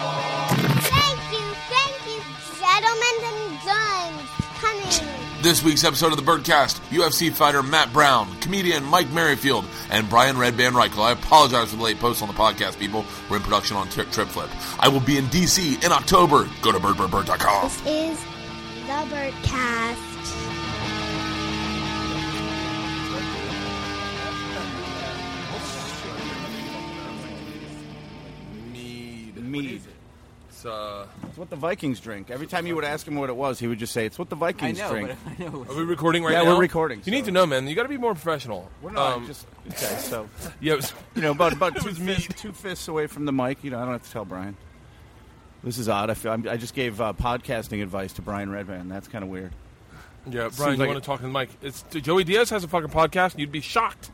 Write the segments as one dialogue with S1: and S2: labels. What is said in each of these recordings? S1: Thank you, thank you, gentlemen and guns coming.
S2: This week's episode of the Birdcast, UFC fighter Matt Brown, comedian Mike Merrifield, and Brian Red Van Reichel. I apologize for the late post on the podcast, people. We're in production on Trip Trip Flip. I will be in DC in October. Go to birdbirdbird.com.
S1: This is the Birdcast.
S3: Mead.
S4: Mead.
S3: It's uh.
S4: It's what the Vikings drink. Every time you would ask him what it was, he would just say, "It's what the Vikings
S5: I know,
S4: drink."
S5: but I know.
S3: Are we recording right
S4: Yeah,
S3: now?
S4: we're recording,
S3: You
S4: so-
S3: need to know, man. You got to be more professional.
S4: We're not
S3: Um,
S4: just okay. So
S3: yeah. it was-
S4: you know, about about
S3: It
S4: two
S3: was meat.
S4: fists, two fists away from the mic. You know, I don't have to tell Brian. This is odd. I, feel, I'm, I just gave uh, podcasting advice to Brian Redman. That's kind of weird.
S3: Yeah, Uh, Brian, you
S4: like
S3: want
S4: it.
S3: to talk to the mic? It's Joey Diaz has a fucking podcast, and you'd be shocked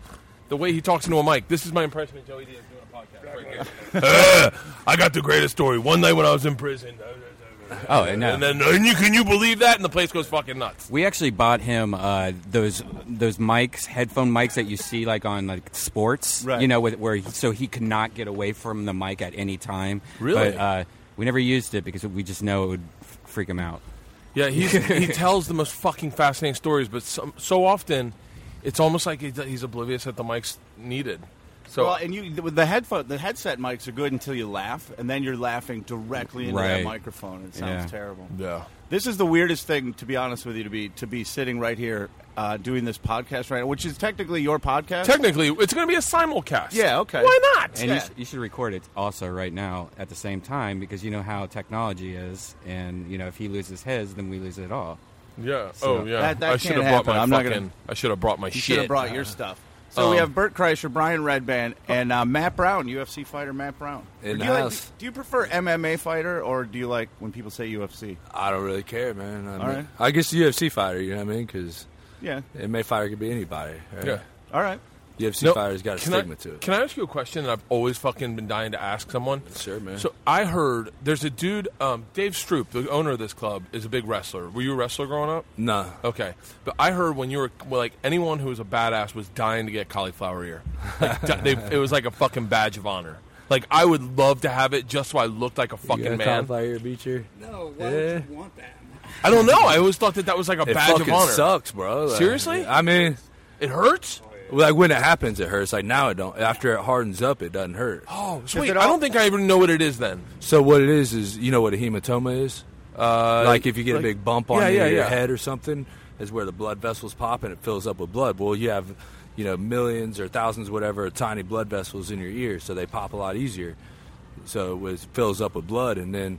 S3: the way he talks into a mic. This is my impression of Joey Diaz doing a podcast. Right here. I got the greatest story. One night when I was in prison.
S5: Oh, I know.
S3: And then and you, can you believe that? And the place goes fucking nuts.
S5: We actually bought him uh, those those mics, headphone mics that you see like on like sports,
S4: Right.
S5: you know, with, where so he could not get away from the mic at any time.
S3: Really?
S5: But uh, we never used it because we just know it would f- freak him out.
S3: Yeah, he's, he tells the most fucking fascinating stories, but so, so often it's almost like he's, he's oblivious that the mic's needed. So
S4: well, and you the, the headphone, the headset mics are good until you laugh, and then you're laughing directly into that
S5: Right.
S4: microphone. It sounds
S5: Yeah.
S4: terrible.
S3: yeah,
S4: This is the weirdest thing, to be honest with you, to be to be sitting right here uh, doing this podcast right now, which is technically your podcast.
S3: technically it's going to be a simulcast.
S4: Yeah, okay.
S3: Why not?
S5: And
S4: Yeah.
S5: you, sh- you should record it also right now at the same time because you know how technology is, and you know if he loses his, then we lose it all.
S3: Yeah. oh
S5: So-
S3: yeah.
S4: That- that
S3: I should
S4: can't
S3: have brought
S4: happen.
S3: my
S4: I'm not
S3: fucking.
S4: gonna-
S3: I should have brought my
S4: You should
S3: shit.
S4: have brought your stuff. So we
S3: Um,
S4: have Burt Kreischer, Brian Redband, and uh, Matt Brown, UFC fighter Matt Brown. Or
S6: In
S4: do
S6: the
S4: you like-
S6: house.
S4: do you prefer MMA fighter or do you like when people say UFC?
S6: I don't really care, man. I, mean,
S4: Alright.
S6: I guess the UFC fighter, you know what I mean? Because
S4: Yeah.
S6: MMA fighter could be anybody. Right?
S3: Yeah.
S4: All right.
S6: UFC
S3: No,
S6: fighter's got a
S3: can
S6: stigma
S3: I,
S6: to it.
S3: Can I ask you a question that I've always fucking been dying to ask someone?
S6: Sure, man.
S3: So I heard there's a dude, um, Dave Stroop, the owner of this club, is a big wrestler. Were you a wrestler growing up?
S6: nah.
S3: Okay, but I heard when you were well, like anyone who was a badass was dying to get cauliflower ear. Like, di- they, it was like a fucking badge of honor. Like I would love to have it just so I looked like a
S6: You
S3: fucking
S6: got a
S3: man.
S6: cauliflower ear beacher?
S7: No, why
S6: Yeah.
S7: would you want that?
S3: I don't know. I always thought that that was like a
S6: It
S3: badge of
S6: fucking
S3: honor.
S6: sucks, bro. Like,
S3: Seriously?
S6: I mean,
S3: It hurts.
S6: like when it happens, it hurts. Like now, it don't. After it hardens up, it doesn't hurt.
S3: Oh, sweet.
S4: it
S3: I
S4: all-
S3: don't think I even know what it is then.
S6: So what it is is, you know what a hematoma is? Uh, like if you get
S3: like-
S6: a big bump on
S3: Yeah,
S6: your,
S3: yeah,
S6: your
S3: yeah.
S6: head or something, is where the blood vessels pop and it fills up with blood. Well, you have, you know, millions or thousands, whatever, tiny blood vessels in your ear, so they pop a lot easier. So it was, fills up with blood, and then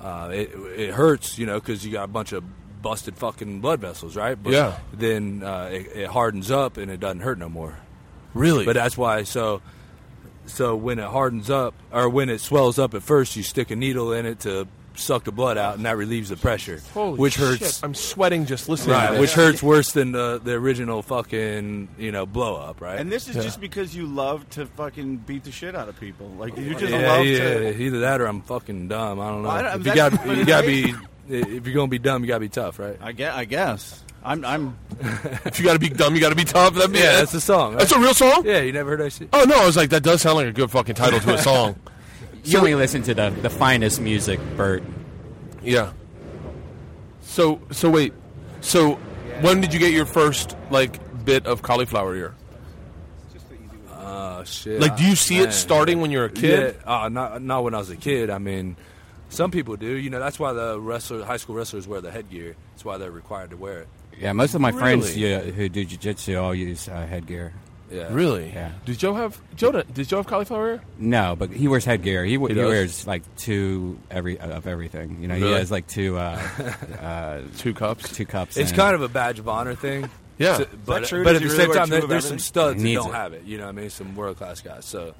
S6: uh, it, it hurts, you know, because you got a bunch of busted fucking blood vessels, right? But
S3: Yeah.
S6: Then uh, it, it hardens up and it doesn't hurt no more.
S3: Really?
S6: But uh, that's why. So, so when it hardens up or when it swells up at first, you stick a needle in it to suck the blood out, and that relieves the pressure,
S3: Holy
S6: which
S3: shit,
S6: hurts.
S3: I'm sweating just listening. to
S6: Right,
S3: this.
S6: which hurts worse than the, the original fucking you know blow up, right?
S4: And this is just because you love to fucking beat the shit out of people. Like you just
S6: yeah,
S4: love
S6: yeah,
S4: to.
S6: either that or I'm fucking dumb. I don't know.
S4: Well, I don't-
S6: if you
S4: that's-
S6: got you got to be if you're gonna be dumb, you got to be tough, right?
S4: I guess. I guess. I'm. I'm.
S3: If you got to be dumb, you got to be tough. That
S6: yeah, that's the song. Right?
S3: That's a real song.
S6: yeah, you never heard that shit.
S3: Oh no, I was like, that does sound like a good fucking title to a song.
S5: You only listen to the the finest music, Bert.
S3: yeah. So so wait, so when did you get your first like bit of cauliflower ear?
S6: Oh shit!
S3: Like, do you see
S6: Man.
S3: it starting when you're a kid?
S6: Yeah, uh, not not when I was a kid. I mean, some people do. You know, that's why the wrestler, high school wrestlers wear the headgear. That's why they're required to wear it.
S5: Yeah, most of my friends
S3: Really?
S5: yeah, who do jiu-jitsu all use uh, headgear.
S6: Yeah,
S3: Really?
S5: Yeah.
S3: Did Joe have Joe? did- Did Joe have cauliflower ear?
S5: No, but he wears headgear. He, he,
S3: does?
S5: wears like two every of everything. You know, he
S3: Really?
S5: has like two uh, uh,
S3: Two cups.
S5: two cups.
S6: It's
S5: and-
S6: kind of a badge of honor thing.
S3: Yeah.
S6: So-
S3: Is
S6: but
S4: true?
S6: but
S4: Does
S6: at
S4: he
S6: the
S4: really
S6: same
S4: wear
S6: time,
S4: two
S6: there,
S4: of
S6: there's
S4: everything?
S6: some studs that
S5: Needs
S6: don't
S5: it.
S6: have it. You know, what I mean, some world class guys. So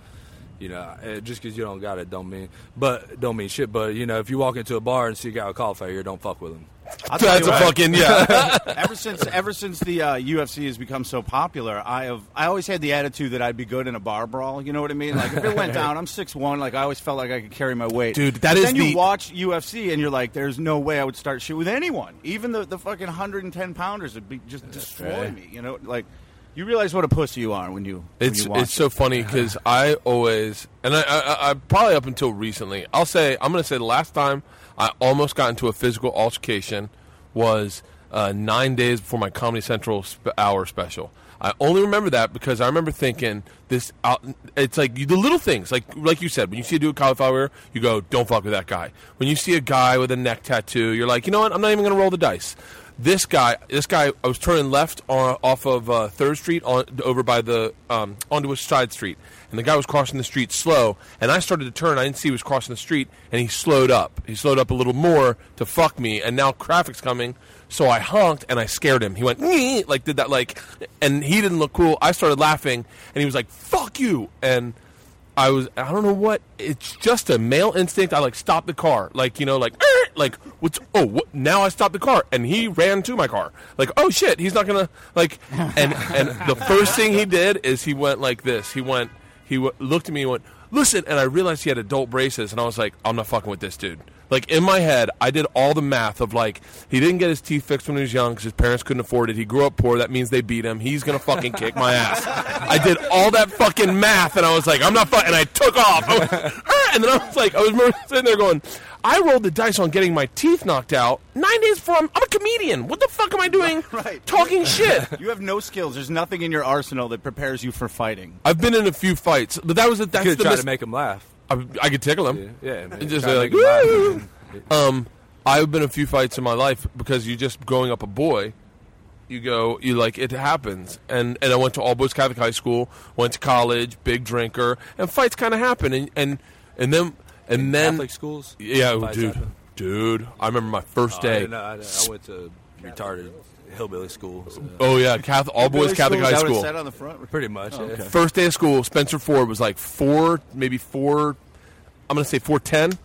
S6: You know, eh, just because you don't got it, don't mean, but don't mean shit. But you know, if you walk into a bar and see a guy with cauliflower ear, don't fuck with him.
S4: I'll tell
S3: That's
S4: you
S3: a
S4: what.
S3: fucking yeah.
S4: ever since ever since the uh, UFC has become so popular, I have I always had the attitude that I'd be good in a bar brawl. You know what I mean? Like if it went down, I'm six one. Like I always felt like I could carry my weight,
S3: Dude, that
S4: That is.
S3: is
S4: then you
S3: the-
S4: watch UFC and you're like, there's no way I would start shit with anyone. Even the the fucking 110 pounders would be just destroy
S6: right.
S4: me. You know, like you realize what a pussy you are when you when
S3: It's
S4: you watch
S3: it's so funny because I always and I, I, I- I probably up until recently I'll say I'm gonna say the last time I almost got into a physical altercation was uh, nine days before my Comedy Central sp- hour special. I only remember that because I remember thinking this. Out, it's like you, the little things, like like you said, when you see a dude with cauliflower, you go, "Don't fuck with that guy." When you see a guy with a neck tattoo, you're like, "You know what? I'm not even gonna roll the dice." this guy, this guy, I was turning left on, off of uh, Third Street on, over by the um, onto a side street, and the guy was crossing the street slow, and I started to turn. I didn't see he was crossing the street, and he slowed up. He slowed up a little more to fuck me, and now traffic's coming, so I honked and I scared him. He went "Nee," like did that like, and he didn't look cool. I started laughing, and he was like "fuck you," and. I was I don't know what it's just a male instinct. I like stopped the car, like you know, like "Eh," like what's oh what, now I stopped the car and he ran to my car, like oh shit he's not gonna like and and the first thing he did is he went like this. He went he w- looked at me and went listen and I realized he had adult braces and I was like I'm not fucking with this dude. Like in my head, I did all the math of like he didn't get his teeth fixed when he was young because his parents couldn't afford it. He grew up poor. That means they beat him. He's gonna fucking kick my ass. I did all that fucking math, and I was like, I'm not fucking. And I took off. I went, "Ah," and then I was like, I was remember sitting there going, I rolled the dice on getting my teeth knocked out nine days before. I'm, I'm a comedian. What the fuck am I doing?
S4: Right.
S3: Talking shit.
S4: You have no skills. There's nothing in your arsenal that prepares you for fighting.
S3: I've been in a few fights, but that was the,
S6: You
S3: that's
S6: could
S3: the
S6: try
S3: mis-
S6: to make him laugh.
S3: I, I could tickle him.
S6: Yeah, yeah man.
S3: Just
S6: Try to
S3: like,
S6: make him laugh.
S3: "Woo!" Um, I've been in a few fights in my life because you just growing up a boy, you go, you like it happens. And and I went to all boys Catholic high school, went to college, big drinker, and fights kind of happen. And and and then and then
S6: Catholic schools.
S3: yeah,
S6: Vice
S3: dude,
S6: versa.
S3: dude, I remember my first
S6: Oh, I,
S3: day.
S6: didn't know. I, I went to retarded hillbilly school. so-
S3: Oh yeah, Catholic, all boys
S4: Really
S3: Catholic
S4: cool. Is
S3: high
S4: that what it
S3: school.
S4: said on the front?
S6: Pretty much.
S4: Oh,
S6: yeah.
S3: First day of school, Spencer Ford was like four, maybe four. I'm gonna say four ten.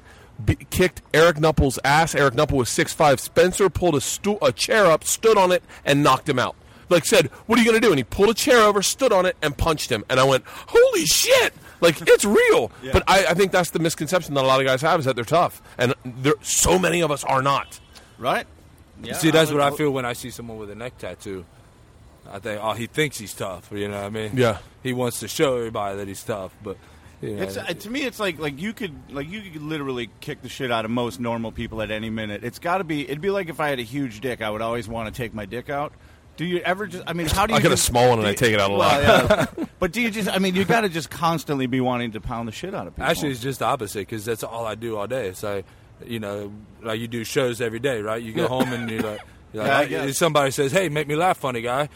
S3: Be- kicked Eric Knupple's ass. Eric Knuppel was six five. Spencer pulled a stool, a chair up, stood on it, and knocked him out. Like said, what are you gonna do? And he pulled a chair over, stood on it, and punched him. And I went, holy shit! Like it's real. But I, I think that's the misconception that a lot of guys have is that they're tough, and there so many of us are not.
S4: Right. Yeah,
S6: See, that's what I
S4: would-
S6: feel when I see someone with a neck tattoo. I think, oh, he thinks he's tough. You know what I mean?
S3: Yeah.
S6: He wants to show everybody that he's tough, but you know,
S4: It's uh, to me, it's like like you could like you could literally kick the shit out of most normal people at any minute. It's got to be. It'd be like if I had a huge dick, I would always want to take my dick out. Do you ever just? I mean, how do you?
S3: I got a
S4: just-
S3: small one and
S4: do
S3: I
S4: you-
S3: take it out a
S4: well, yeah. but do you just? I mean, you got to just constantly be wanting to pound the shit out of people.
S6: actually, it's just the opposite because that's all I do all day. It's like, you know, like you do shows every day, right? You go home and you're like, you're
S4: Yeah, I
S6: like
S4: guess.
S6: if somebody says, "Hey, make me laugh, funny guy."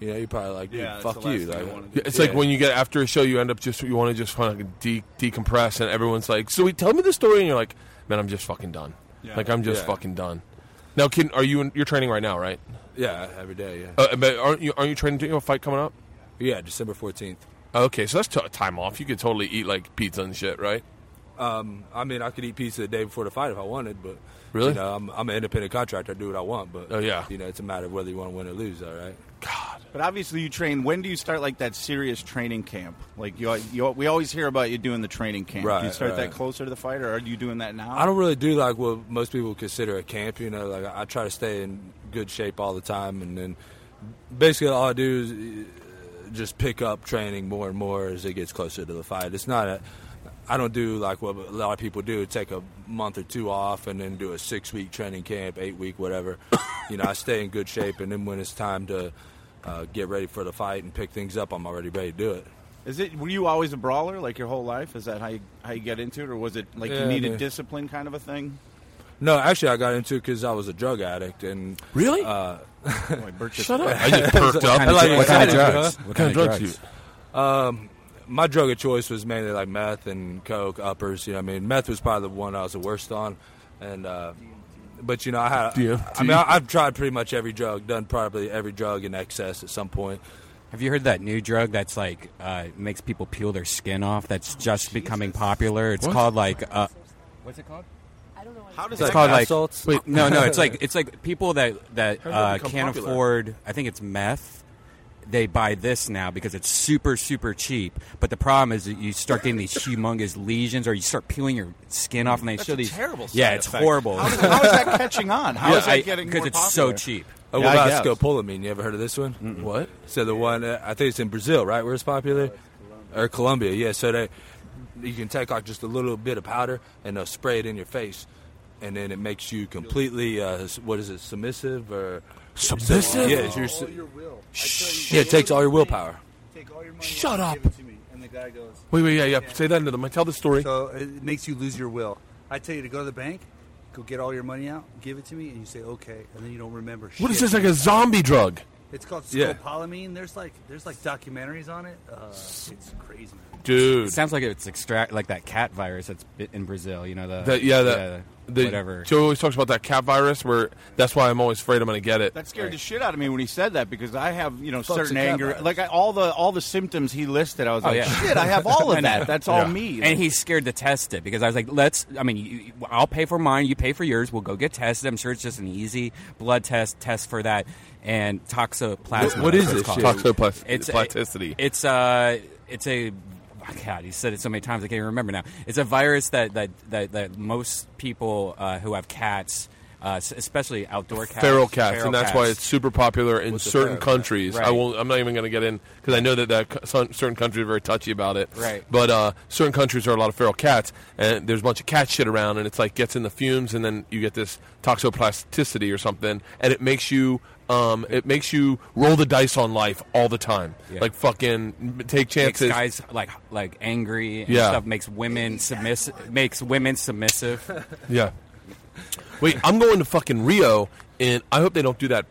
S6: You know, you're probably like, dude,
S4: Yeah, that's
S6: "Fuck
S4: the last
S6: you!"
S4: thing I
S6: Like,
S4: wanna do.
S3: Yeah, It's like when you get after a show, you end up just you want to just fucking de- decompress, and everyone's like, "So, we tell me the story," and you're like, "Man, I'm just fucking done.
S4: Yeah.
S3: Like, I'm just
S6: Yeah.
S3: fucking done." Now, kid, are you in, you're training right now, right?
S6: yeah, every day. Yeah,
S3: Uh, but aren't you aren't you training? Do you have a fight coming up?
S6: yeah. December fourteenth.
S3: Okay, so that's t- time off. You could totally eat like pizza and shit, right?
S6: I mean, I could eat pizza the day before the fight if I wanted, but
S3: Really?
S6: you know, I'm, I'm an independent contractor. I do what I want, but
S3: Oh, yeah.
S6: you know, it's a matter of whether you want to win or lose. All right.
S4: But obviously, you train. When do you start like that serious training camp? Like you, you we always hear about you doing the training camp. do you
S6: Right,
S4: start that
S6: right.
S4: closer to the fight, or are you doing that now?
S6: I don't really do like what most people consider a camp. You know, like I, I try to stay in good shape all the time, and then basically all I do is uh, just pick up training more and more as it gets closer to the fight. It's not a I don't do like what a lot of people do. Take a month or two off and then do a six week training camp, eight week, whatever. you know, I stay in good shape, and then when it's time to uh, get ready for the fight and pick things up, I'm already ready to do it.
S4: Is it? Were you always a brawler like your whole life? Is that how you how you get into it, or was it like
S6: Yeah,
S4: you
S6: I
S4: needed
S6: mean-
S4: discipline kind of a thing?
S6: No, actually, I got into it because I was a drug addict, and
S3: Really?
S6: uh,
S4: Like Bert just-
S3: Shut up! I just perked up.
S5: kind of,
S6: like
S5: dr- what kind of
S6: excited,
S5: drugs?
S6: huh?
S5: What kind of drugs?
S3: you?
S6: my drug of choice was mainly like meth and coke uppers. You know, what I mean, meth was probably the one I was the worst on, and uh, but you know, I had.
S3: DMT.
S6: I mean, I, I've tried pretty much every drug, done probably every drug in excess at some point.
S5: Have you heard that new drug that's like uh, makes people peel their skin off? That's just becoming popular. It's called like uh, what's it called?
S4: How does
S5: It's
S4: that
S5: called
S6: bath
S5: like
S6: salts?
S5: Wait, no, no. It's like it's like people that that
S3: How did that
S5: uh,
S3: become
S5: can't
S3: popular?
S5: afford. I think it's meth. They buy this now because it's super super cheap. But the problem is that you start getting these humongous lesions, or you start peeling your skin off, and they
S3: That's
S5: show
S3: a
S5: these
S3: terrible
S5: Yeah,
S3: side
S5: it's
S3: effect.
S5: horrible.
S4: How is, how is that catching on? How is
S5: I-
S4: that getting
S5: because
S4: more
S5: it's
S4: popular?
S5: so cheap.
S6: Oh,
S4: Yeah,
S6: what
S4: I
S6: about
S4: guess.
S6: scopolamine? You ever heard of this one?
S3: What?
S6: So the one uh, I think it's in Brazil, right? Where Uh, it's popular, or Colombia? Yeah. So they, you can take like just a little bit of powder and they'll spray it in your face, and then it makes you completely uh, s- what is it, submissive or
S3: Submissive?
S6: Yeah, it's your, s- yeah, it takes all your willpower.
S7: Take all your money
S3: Shut
S7: and
S3: up.
S7: Give it to me. And the guy goes,
S3: Wait, wait, yeah, yeah. Say that into the mic. Tell the story.
S7: so it makes you lose your will. I tell you to go to the bank, go get all your money out, give it to me, and you say okay, and then you don't remember.
S3: what is
S7: shit.
S3: this like a zombie drug?
S7: It's called
S6: Yeah.
S7: scopolamine. There's like there's like documentaries on it. Uh, it's crazy. man.
S3: Dude.
S5: It sounds like it's extract like that cat virus that's bit in Brazil. You know the
S3: That, yeah, that, the-
S5: whatever.
S3: Joe always talks about that cat virus. Where that's why I'm always afraid I'm going to get it.
S4: That scared the shit out of me when he said that because I have you know
S6: Fucks
S4: certain
S6: a cat
S4: anger,
S6: virus.
S4: like I, all the all the symptoms he listed. I was like,
S5: Oh, yeah.
S4: Oh, shit, I have all of that. That's all
S3: Yeah.
S4: me.
S5: And he's scared to test it because I was like, let's. I mean, you, you- I'll pay for mine. You pay for yours. We'll go get tested. I'm sure it's just an easy blood test test for that and toxoplasma.
S6: What- what is
S5: that's
S6: this
S5: what it's
S3: shit?
S5: called.
S3: Toxoplas-
S5: It's a-
S3: plasticity.
S5: It's uh, it's a. oh, God, he said it so many times I can't even remember now. It's a virus that that that, that most people uh, who have cats. Uh, s- especially outdoor cats,
S3: feral cats,
S5: feral
S3: and that's why
S5: cats.
S3: it's super popular in
S6: the
S3: certain
S6: feral cat?
S3: countries. I
S5: Right.
S3: won't. I'm not even going to get in because I know that, that c- some- certain countries are very touchy about it.
S5: Right.
S3: But uh, certain countries are a lot of feral cats, and there's a bunch of cat shit around, and it's like gets in the fumes, and then you get this toxoplasticity or something, and it makes you. Um, it makes you roll the dice on life all the time,
S5: Yeah.
S3: like fucking m- take
S5: makes
S3: chances.
S5: guys like like angry and
S3: Yeah.
S5: stuff makes women submissive makes women submissive
S3: Yeah. Wait, I'm going to fucking Rio, and I hope they don't do that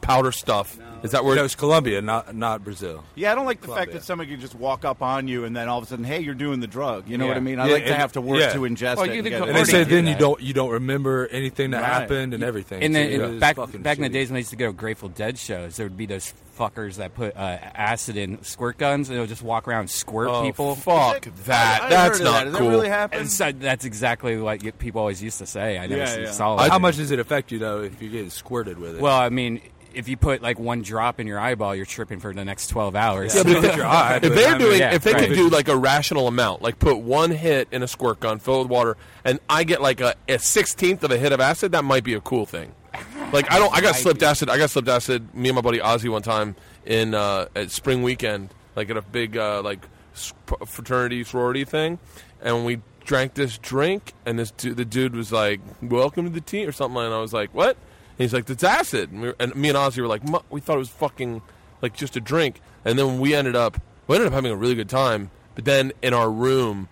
S3: powder stuff. Is that where?
S6: No, it's Colombia, not not Brazil.
S4: yeah, I don't like the
S6: Club,
S4: fact
S6: yeah.
S4: that somebody could just walk up on you and then all of a sudden, hey, you're doing the drug. You know
S5: Yeah.
S4: what I mean? I
S6: Yeah,
S4: like to
S6: and-
S4: have to work
S6: yeah.
S4: to ingest
S3: Well,
S4: it.
S3: you
S4: and
S3: think
S4: get it.
S3: of-
S6: And they
S3: Already
S6: say
S3: do
S6: then you
S5: that.
S6: don't you don't remember anything that
S4: Right.
S6: happened and everything.
S5: and then
S6: So, yeah,
S5: and
S6: it's
S5: back
S6: fucking
S5: back in the
S6: shitty.
S5: days when I used to go to Grateful Dead shows there would be those fuckers that put uh, acid in squirt guns and they would just walk around and squirt
S3: Oh,
S5: people
S3: fuck that.
S4: I- I
S3: That's
S4: heard of
S3: not
S4: that. Does
S3: cool.
S4: That really happen?
S5: and so that's exactly what you- people always used to say I never
S4: Yeah,
S5: see-
S4: yeah.
S5: saw
S6: How
S5: it.
S6: much does it affect you though if you get squirted with it?
S5: well I mean if you put like one drop in your eyeball you're tripping for the next 12 hours
S6: Yeah, but if your eye,
S3: if
S6: but
S3: they're
S6: I mean-
S3: doing,
S5: yeah,
S3: if they
S5: right.
S3: could do like a rational amount, like put one hit in a squirt gun, fill it with water, and I get like a, a sixteenth of a hit of acid, that might be a cool thing. Like I don't, I got slipped acid. I got slipped acid. Me and my buddy Ozzy one time in uh, at spring weekend, like at a big uh, like s- fraternity sorority thing, and we drank this drink, and this du- the dude was like, "Welcome to the team" or something, and I was like, "What?" And he's like, "That's acid," and, we were, and me and Ozzy were like, "Mu- "We thought it was fucking like just a drink," and then we ended up we ended up having a really good time. But then in our room,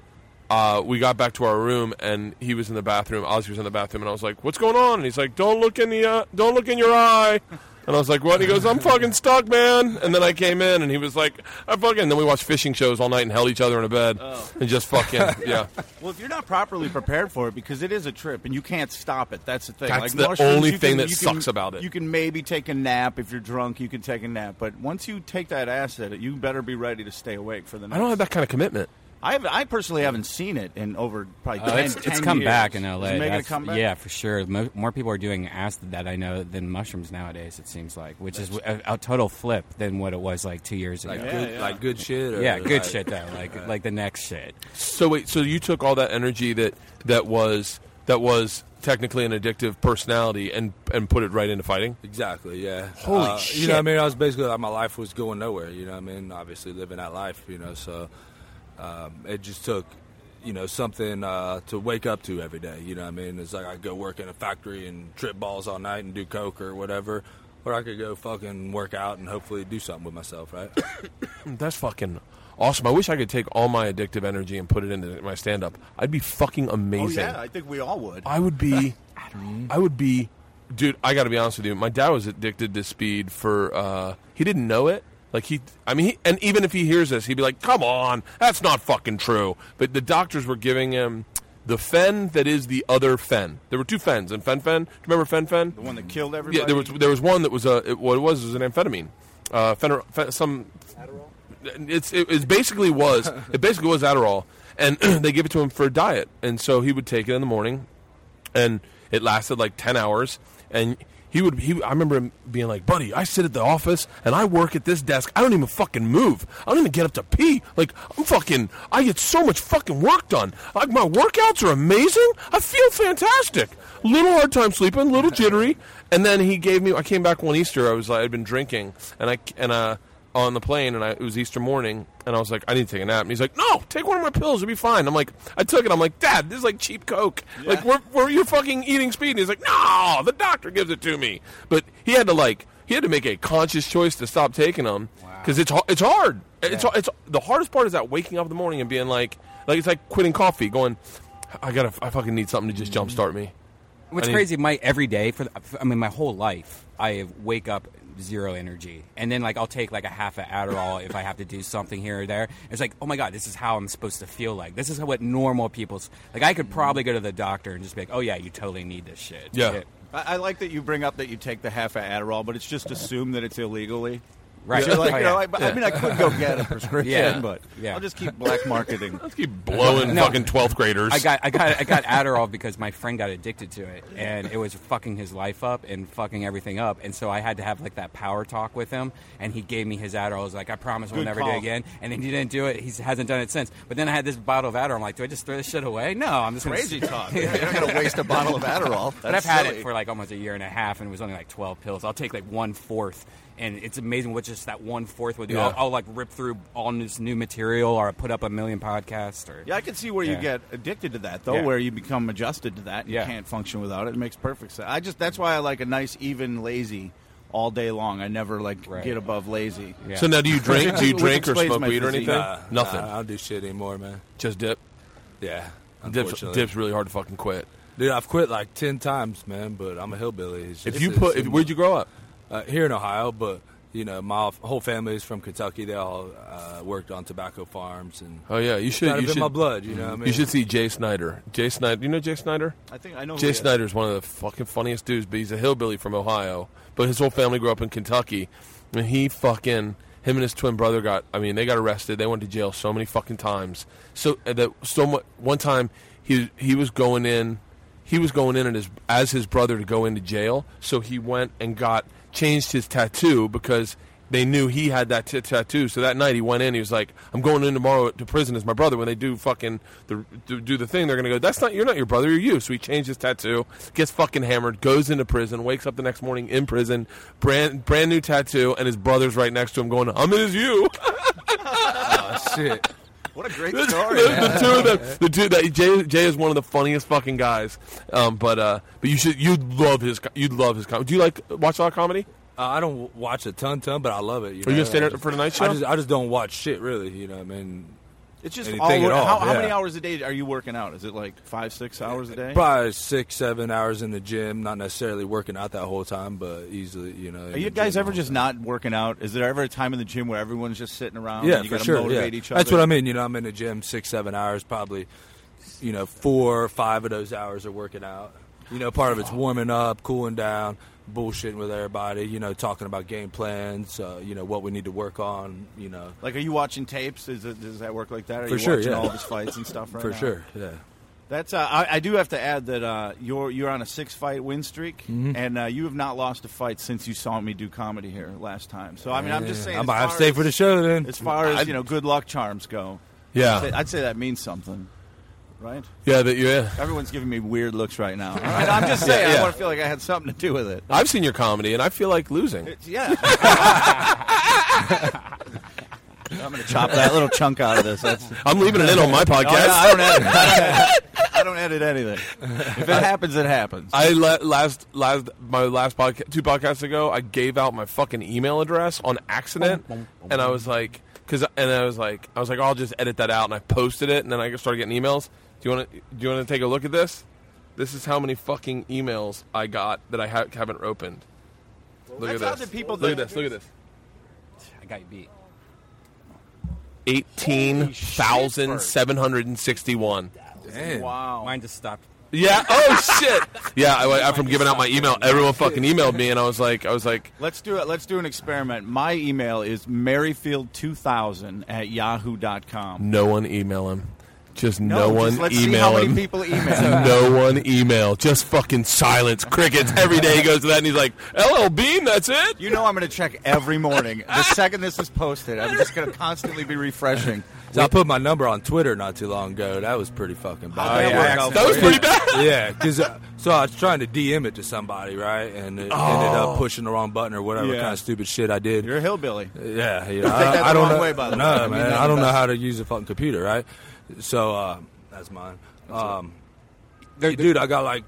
S3: uh, we got back to our room and he was in the bathroom. Ozzy was in the bathroom, and I was like, "What's going on?" And he's like, "Don't look in the, uh, don't look in your eye." And I was like, "What?" And he goes, "I'm fucking stuck, man." And then I came in, and he was like, "I fucking." And then we watched fishing shows all night and held each other in a bed and just fucking yeah.
S4: Well, if you're not properly prepared for it, because it is a trip and you can't stop it, that's the thing.
S3: That's
S4: like
S3: the
S4: mushrooms,
S3: only
S4: you can-
S3: thing that
S4: you can-
S3: sucks about it.
S4: You can maybe take a nap if you're drunk. You can take a nap, but once you take that acid, you better be ready to stay awake for the night.
S3: I don't have that kind of commitment.
S4: I, haven't- I personally haven't seen it in over probably
S5: Uh,
S4: 10,
S5: it's,
S4: 10
S5: it's come
S4: years.
S5: back in
S4: Is it
S5: LA.
S4: making a
S5: That's-
S4: comeback?
S5: Yeah, for sure. Mo- more people are doing acid that I know than mushrooms nowadays. It seems like, which is a, a total flip than what it was like two years ago.
S6: like
S4: Yeah,
S6: good,
S4: yeah.
S6: like good shit. Or
S5: yeah, good
S6: like-
S5: shit though. Like like the next shit.
S3: So wait, so you took all that energy that that was that was technically an addictive personality and and put it right into fighting.
S6: Exactly. Yeah.
S3: Holy
S6: Uh, You
S3: shit.
S6: know, what I mean, I was basically like, my life was going nowhere. You know, what I mean, obviously living that life. You know, so um, it just took, you know, something uh, to wake up to every day. You know, what I mean, it's like I could go work in a factory and trip balls all night and do coke or whatever, or I could go fucking work out and hopefully do something with myself. Right.
S3: That's fucking awesome. I wish I could take all my addictive energy and put it into my stand up. I'd be fucking
S4: Oh
S3: amazing.
S4: yeah, I think we all
S5: Uh,
S4: would.
S3: I would be. I would be. Dude, I got to be honest with you. My dad was addicted to speed for. uh He didn't know it. Like he, I mean, he, and even if he hears this, he'd be like, "Come on, that's not fucking true." But the doctors were giving him the fen that is the other fen. There were two fens, and fen fen. Do you remember fen fen?
S4: the one that killed everybody.
S3: uh, Yeah, there was there was one that was a it, what it was was an amphetamine, uh, Fener, fe- some it's it, it basically was it basically was Adderall, and they give it to him for a diet, and so he would take it in the morning, and it lasted like ten hours, and he would he I remember him being like, buddy, I sit at the office and I work at this desk, I don't even fucking move, I don't even get up to pee, like I'm fucking I get so much fucking work done, like my workouts are amazing, I feel fantastic, little hard time sleeping, little jittery, and then he gave me I came back one Easter, I was like I'd been drinking, and I and uh on the plane, and I, it was Easter morning, and I was like, I need to take a nap. And he's like, No, take one of my pills, it'll be fine. I'm like, I took it. I'm like, Dad, this is like cheap Coke. Like, we're, we're you're fucking eating speed. And he's like, No, the doctor gives it to me. But he had to like, he had to make a conscious choice to stop taking them because it's it's it's hard. It's it's the hardest part is that waking up in the morning and being like, like it's like quitting coffee. Going, I gotta, I fucking need something to just jumpstart me. I
S5: What's
S3: mean-
S5: crazy, my every day for the, I mean my whole life, I wake up zero energy, and then like I'll take like a half an Adderall if I have to do something here or there. It's like, oh my god, this is how I'm supposed to feel like. This is how, what normal people's like. I could probably go to the doctor and just be like, oh yeah, you totally need this shit.
S3: Yeah.
S4: I, I like that you bring up that you take the half of Adderall, but it's just assumed that it's illegally.
S5: Right.
S4: So, like,
S5: Oh,
S4: you know,
S5: yeah.
S4: I, I mean, I could go get a prescription,
S5: Yeah.
S4: but
S5: Yeah.
S4: I'll just keep black marketing.
S3: Let's keep blowing
S5: No.
S3: fucking twelfth graders.
S5: I got I got I got Adderall because my friend got addicted to it and it was fucking his life up and fucking everything up and so I had to have like that power talk with him and he gave me his Adderall. I was like, I promise we'll
S4: Good
S5: never do
S4: call.
S5: it again. And then he didn't do it. He hasn't done it since. But then I had this bottle of Adderall. I'm like, do I just throw this shit away? No, I'm just gonna
S4: Crazy
S5: s-
S4: talk. You're not going to waste a bottle of Adderall.
S5: But I've
S4: That's
S5: had
S4: silly.
S5: it for like almost a year and a half, and it was only like twelve pills. I'll take like one fourth, and it's amazing what just that one fourth will do.
S3: Yeah.
S5: I'll, I'll like rip through all this new material, or I put up a million podcasts, or
S4: Yeah, I can see where you
S5: Yeah.
S4: get addicted to that, though,
S5: Yeah.
S4: where you become adjusted to that. You
S5: Yeah.
S4: can't function without it. It makes perfect sense. I just that's why I like a nice, even lazy all day long. I never like
S5: Right.
S4: get above lazy.
S5: Yeah.
S3: So now, do you drink? Do you
S4: Which
S3: drink or
S4: explains
S3: smoke
S4: my
S3: weed or
S4: physique.
S3: anything?
S6: Nah,
S3: Nothing.
S6: nah, I don't do shit anymore, man.
S3: Just dip.
S6: Yeah.
S3: Dip's,
S6: unfortunately.
S3: dip's really hard to fucking quit.
S6: Dude, I've quit like ten times, man. But I'm a hillbilly. It's
S3: If
S6: just-
S3: you
S6: it's-
S3: put, if, where'd you grow up?
S6: uh, here in Ohio, but you know, my whole family's from Kentucky. They all uh, worked on tobacco farms, and
S3: Oh yeah, you should.
S6: kind of
S3: You
S6: in
S3: should.
S6: my blood. You know, what I mean,
S3: You should see Jay Snyder. Jay Snyder. You know Jay Snyder?
S4: I think I know. who
S3: Jay
S4: he is.
S3: Snyder's one of the fucking funniest dudes, but he's a hillbilly from Ohio. But his whole family grew up in Kentucky, and he fucking him and his twin brother got. I mean, they got arrested. They went to jail so many fucking times. So uh, that so mu- one time he he was going in, he was going in and his, as his brother to go into jail. So he went and got changed his tattoo because. They knew he had that t- tattoo, so that night he went in. He was like, "I'm going in tomorrow to prison as my brother." When they do fucking the, do do the thing, they're gonna go, "That's not you're not your brother, you're you." So he changed his tattoo, gets fucking hammered, goes into prison, wakes up the next morning in prison, brand brand new tattoo, and his brother's right next to him, going, "I'm in as you."
S6: shit.
S4: What a great
S3: the,
S4: story. man.
S3: the two of them, the two that Jay, Jay is one of the funniest fucking guys. Um, but uh, but you should you would love his co- you'd love his comedy. Do you like watch a lot of comedy?
S6: Uh, I don't w- watch a ton, ton, but I love
S3: Are
S6: it. You
S3: you
S6: know?
S3: gonna stay
S6: I
S3: there
S6: just-
S3: for tonight's
S6: I
S3: show?
S6: just, I just don't watch shit really. You know, what I mean,
S4: It's just all,
S6: Anything at all,
S4: how, how
S6: yeah.
S4: many hours a day are you working out? Is it like five, six hours a day?
S6: probably six, seven hours in the gym. Not necessarily working out that whole time, but easily. You know, in
S4: Are
S6: the
S4: you guys
S6: gym
S4: ever
S6: all
S4: just
S6: the
S4: not working out? Is there ever a time in the gym where everyone's just sitting around?
S6: Yeah,
S4: and you
S6: for
S4: gotta
S6: sure.
S4: Motivate
S6: yeah.
S4: each
S6: That's
S4: other?
S6: what I mean. You know, I'm in the gym six, seven hours, probably. You know, four or five of those hours are working out. You know, part of it's warming up, cooling down, bullshitting with everybody. You know, talking about game plans. Uh, you know, what we need to work on. You know,
S4: Like, are you watching tapes? Is it, does that work like that? Are
S6: For
S4: you
S6: sure,
S4: watching
S6: yeah.
S4: all of his fights and stuff right
S6: for
S4: now?
S6: sure. Yeah.
S4: That's. Uh, I, I do have to add that uh, you're you're on a six fight win streak, and uh, you have not lost a fight since you saw me do comedy here last time. So I mean, I'm just saying.
S6: I
S4: as
S6: might have to
S4: far
S6: stay
S4: as-
S6: for the show then.
S4: As far as you know, good luck charms go.
S3: Yeah.
S4: I'd say, I'd say that means something, right?
S3: Yeah, that yeah.
S4: Everyone's giving me weird looks right now. All right, I'm just saying.
S3: yeah.
S4: I want to feel like I had something to do with it.
S3: I've seen your comedy, and I feel like losing.
S4: It's- yeah. I'm going to chop that little chunk out of this. That's,
S3: I'm leaving it in on my
S4: Oh, yeah,
S3: podcast.
S4: I don't edit. I don't edit. I don't edit anything. If it happens, it happens.
S3: I la- last last my last podcast two podcasts ago, I gave out my fucking email address on accident, and I was like, because and I was like, I was like, I'll just edit that out, and I posted it, and then I started getting emails. Do you want to do you want to take a look at this? This is how many fucking emails I got that I ha- haven't opened. Look
S4: That's
S3: at
S4: how
S3: this.
S4: the people
S3: look at
S4: that-
S3: this. Look at this.
S5: I got you beat.
S3: Eighteen thousand seven hundred and sixty-one.
S4: wow.
S5: Mine just stopped
S3: Yeah. Oh shit. Yeah. I, I, from giving out my email, everyone fucking emailed me, and I was like, I was like,
S4: Let's do it. Let's do an experiment. My email is merrifield2000 at yahoo.com.
S3: no one email him. Just no, one
S4: just let's
S3: email
S4: see how many
S3: him.
S4: people email.
S3: no one email. Just fucking silence. Crickets. Every day he goes to that, and he's like, "LL Bean, that's it."
S4: You know I'm going to check every morning. The second this is posted, I'm just going to constantly be refreshing.
S6: So I put my number on Twitter not too long ago. That was pretty fucking bad.
S4: that work out
S3: That was pretty bad.
S6: yeah, because so I was trying to DM it to somebody, right? And it ended up pushing the wrong button or whatever
S4: Oh. Yeah.
S6: kind of stupid shit I did.
S4: You're a hillbilly.
S6: yeah, yeah.
S4: that the
S6: I, I don't
S4: wrong
S6: know.
S4: way, by the way.
S6: no,
S4: I mean,
S6: man,
S4: not
S6: I don't
S4: the
S6: know
S4: best.
S6: how to use a fucking computer, right? So uh, that's mine. Um,
S5: They're-
S6: dude, I got like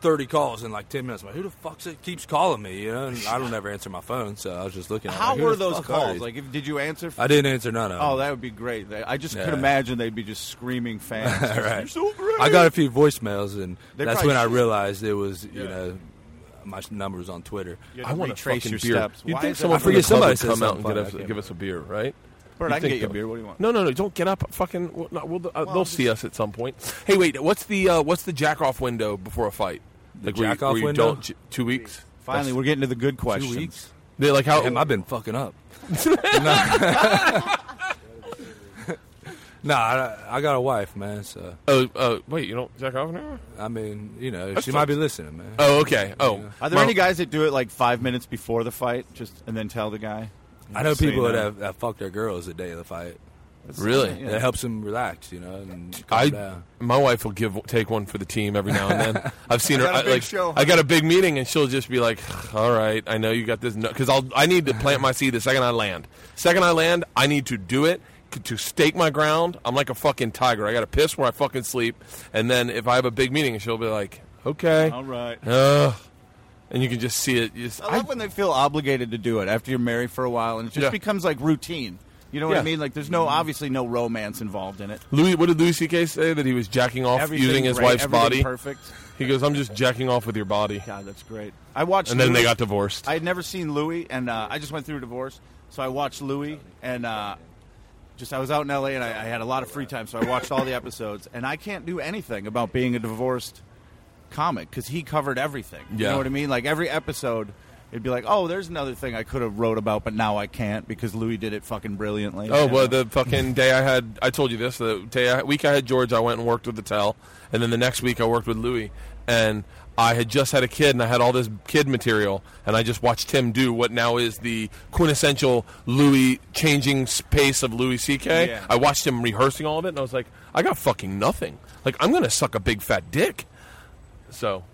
S6: thirty calls in like ten minutes. I'm like, who the fuck keeps calling me? You know, and I don't ever answer my phone, so I was just looking. at it,
S4: How
S6: like, who
S4: were
S6: the
S4: those
S6: fuck are
S4: calls?
S6: these?
S4: Like, if, did you answer?
S6: I didn't answer none of them.
S4: Oh, that would be great. They- I just could
S6: Yeah.
S4: imagine they'd be just screaming fans.
S6: right.
S4: You're so great.
S6: I got a few voicemails, and
S4: They
S6: that's
S4: probably
S6: when I
S4: should.
S6: realized it was you know my s- number was on Twitter.
S4: You had
S3: I
S4: to
S3: want a
S4: retrace
S3: fucking
S4: your
S3: beer.
S4: steps.
S3: You
S4: Why
S3: think
S4: is it-
S3: someone
S6: I
S3: from
S6: forget
S3: the club
S6: somebody
S3: would
S6: said
S3: come out
S6: something
S3: and
S6: funny.
S3: get
S6: I
S3: us,
S6: can't
S3: give us a beer, right?
S4: Bert, I can
S3: think
S4: get you a
S3: they'll-
S4: beer. What do you want?
S3: No, no, no. Don't get up. Fucking. We'll, no, we'll, uh, they'll see us at some point. Hey, wait. What's the uh, what's the jack off window before a fight? like where you-
S6: jack-off
S3: where you
S6: window?
S3: don't j- two weeks.
S4: Finally, we're getting to the good
S6: Two
S4: questions.
S6: weeks.
S3: They like how
S6: Damn, I've been fucking up. no, nah, I, I got a wife, man. So
S3: Oh, oh, wait. You don't jack off now?
S6: I mean, you know,
S3: That's
S6: she
S3: fine.
S6: might be listening, man.
S3: Oh, okay. Oh,
S4: Are there
S3: Well,
S4: any guys that do it like five minutes before the fight, just and then tell the guy?
S6: I know
S4: Just so you
S6: people that
S4: know.
S6: have, that fuck their girls the day of the fight.
S3: Really?
S6: It helps them relax, you know. And calm
S3: I
S6: down.
S3: my wife will give take one for the team every now and then. I've seen her
S4: got a
S3: I,
S4: big
S3: like
S4: show.
S3: I got a big meeting and she'll just be like, "All right, I know you got this because I'll I need to plant my seed the second I land. Second I land, I need to do it c- to stake my ground. I'm like a fucking tiger. I got to piss where I fucking sleep, and then if I have a big meeting, she'll be like, "Okay,
S4: All right.
S3: Ugh. and you can just see it. Just,
S4: I love
S3: I-
S4: when they feel obligated to do it after you're married for a while, and it just
S3: Yeah.
S4: becomes like routine. You know what
S3: Yeah.
S4: I mean? Like, there's no obviously no romance involved in it.
S3: Louis, what did Louis C.K. say that he was jacking off
S4: Everything
S3: using his
S4: great,
S3: wife's
S4: everything
S3: body?
S4: Perfect.
S3: He goes, "I'm just jacking off with your body,"
S4: God, that's great. I watched.
S3: and then they
S4: Louis-
S3: got divorced.
S4: I had never seen Louis, and uh, I just went through a divorce, so I watched Louis, and uh, just I was out in LA, and I, I had a lot of free time, so I watched all the episodes, and I can't do anything about being a divorced comic because he covered everything. You
S3: Yeah.
S4: know what I mean? Like every episode, it'd be like, oh, there's another thing I could have wrote about, but now I can't because Louis did it fucking brilliantly.
S3: Oh
S4: You
S3: well,
S4: know?
S3: the fucking day I had, I told you this. The day I, week I had George, I went and worked with the tell, and then the next week I worked with Louis, and I had just had a kid, and I had all this kid material, and I just watched him do what now is the quintessential Louis changing s- pace of Louis C.K.
S4: Yeah.
S3: I watched him rehearsing all of it, and I was like, I got fucking nothing. Like I'm gonna suck a big fat dick. So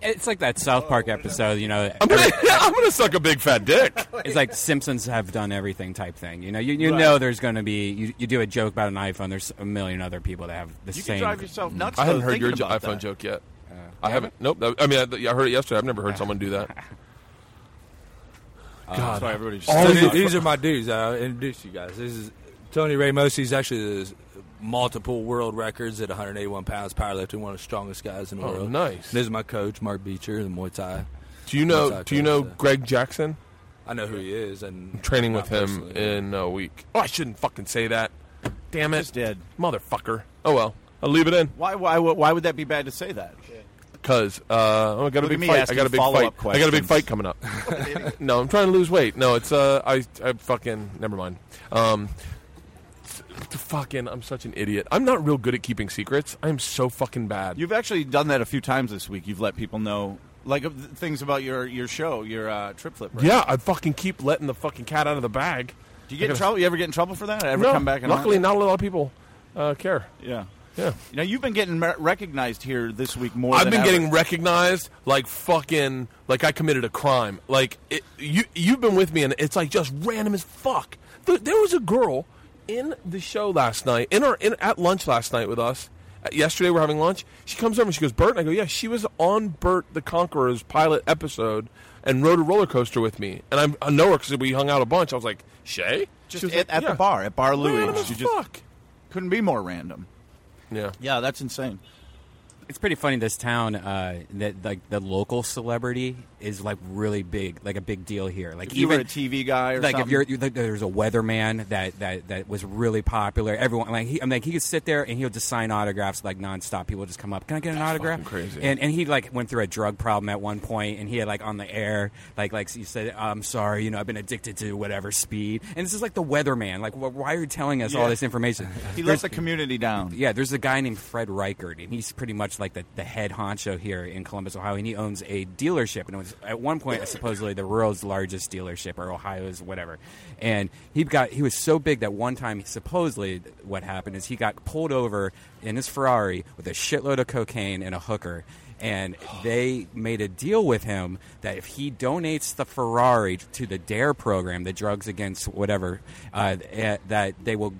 S5: It's like that South Park episode, you know.
S3: I'm gonna, I'm gonna suck a big fat dick.
S5: It's like Simpsons have done everything type thing. You know, you, you know there's going to be you, you do a joke about an iPhone. There's a million other people that have the
S4: you
S5: same.
S4: can drive yourself nuts.
S3: I haven't
S4: though,
S3: heard your
S4: thinking
S3: jo-
S4: about
S3: iPhone
S4: that.
S3: joke yet. I haven't. Nope. that- I mean, I, I heard it yesterday. I've never heard someone do that. God,
S4: Sorry, everybody. Just
S6: So
S3: All
S6: the-
S3: these-
S6: these, are my dudes. uh, I introduced you guys. This is Tony Ramos. He's actually the multiple world records at 181 pounds powerlifting, one of the strongest guys in the
S3: Oh,
S6: world.
S3: nice.
S6: This is my coach, Mark Beecher, the Muay Thai.
S3: Do you
S6: That's
S3: know?
S6: how
S3: Do you
S6: it
S3: know
S6: goes, yeah.
S3: Greg Jackson?
S6: I know who he is, and
S3: Training
S6: not
S3: with him
S6: personally.
S3: in a week. Oh, I shouldn't fucking say that. Damn it!
S4: Just did.
S3: motherfucker. Oh well, I'll leave it in
S4: Why, why, why would that be bad to say that?
S3: because uh, oh, I got a
S4: Look at
S3: big
S4: me
S3: fight. I
S4: asking
S3: got a big fight.
S4: follow-up
S3: I got a big
S4: questions.
S3: fight coming up. no, I'm trying to lose weight. No, it's uh, I, I fucking never mind. Um, t- fucking, I'm such an idiot. I'm not real good at keeping secrets. I'm so fucking bad.
S4: You've actually done that a few times this week. You've let people know like of th- things about your your show, your uh, trip flip. right?
S3: yeah, I fucking keep letting the fucking cat out of the bag.
S4: Do you get
S3: I
S4: in
S3: gotta-
S4: trouble? You ever get in trouble for that? Ever
S3: No,
S4: come back? And
S3: luckily,
S4: haunt
S3: not a lot of people uh, care.
S4: you? yeah.
S3: Yeah.
S4: You know, you've been getting mer- recognized here this week more.
S3: I've
S4: than
S3: been
S4: ever.
S3: getting recognized like fucking like I committed a crime. Like it, you you've been with me and it's like just random as fuck. There, there was a girl in the show last night in our in at lunch last night with us. Uh, Yesterday we're having lunch. She comes over and she goes, "Bert," and I go, "Yeah." She was on Bert the Conqueror's pilot episode and rode a roller coaster with me. And I'm, I know her because we hung out a bunch. I was like, "Shay,"
S4: just
S3: She was
S4: at,
S3: like,
S4: at
S3: "Yeah."
S4: the bar at Bar Louie.
S3: Random as
S4: You just
S3: fuck.
S4: couldn't be more random.
S3: Yeah.
S4: Yeah, that's insane.
S5: it's pretty funny. This town, uh, that like the local celebrity is like really big, like a big deal here. Like
S4: If you
S5: even
S4: were a TV guy or
S5: like
S4: something.
S5: if you're, you're like, there's a weatherman that, that that was really popular. Everyone like he, I'm like he could sit there and he'll just sign autographs like nonstop. People would just come up, can I get an autograph?
S3: fucking crazy.
S5: And and he like went through a drug problem at one point, and he had like on the air like like he said, I'm sorry, you know, I've been addicted to whatever speed. And this is like the weatherman. Like wh- why are you telling us all
S4: Yeah.
S5: this information?
S4: he let the community down.
S5: Um, Yeah, there's a guy named Fred Reichert, and he's pretty much like the, the head honcho here in Columbus, Ohio, and he owns a dealership. And it was at one point supposedly the world's largest dealership or Ohio's whatever. And he got he was so big that one time supposedly what happened is he got pulled over in his Ferrari with a shitload of cocaine and a hooker. And they made a deal with him that if he donates the Ferrari to the DARE E program, the Drugs Against Whatever, uh, eh, that they will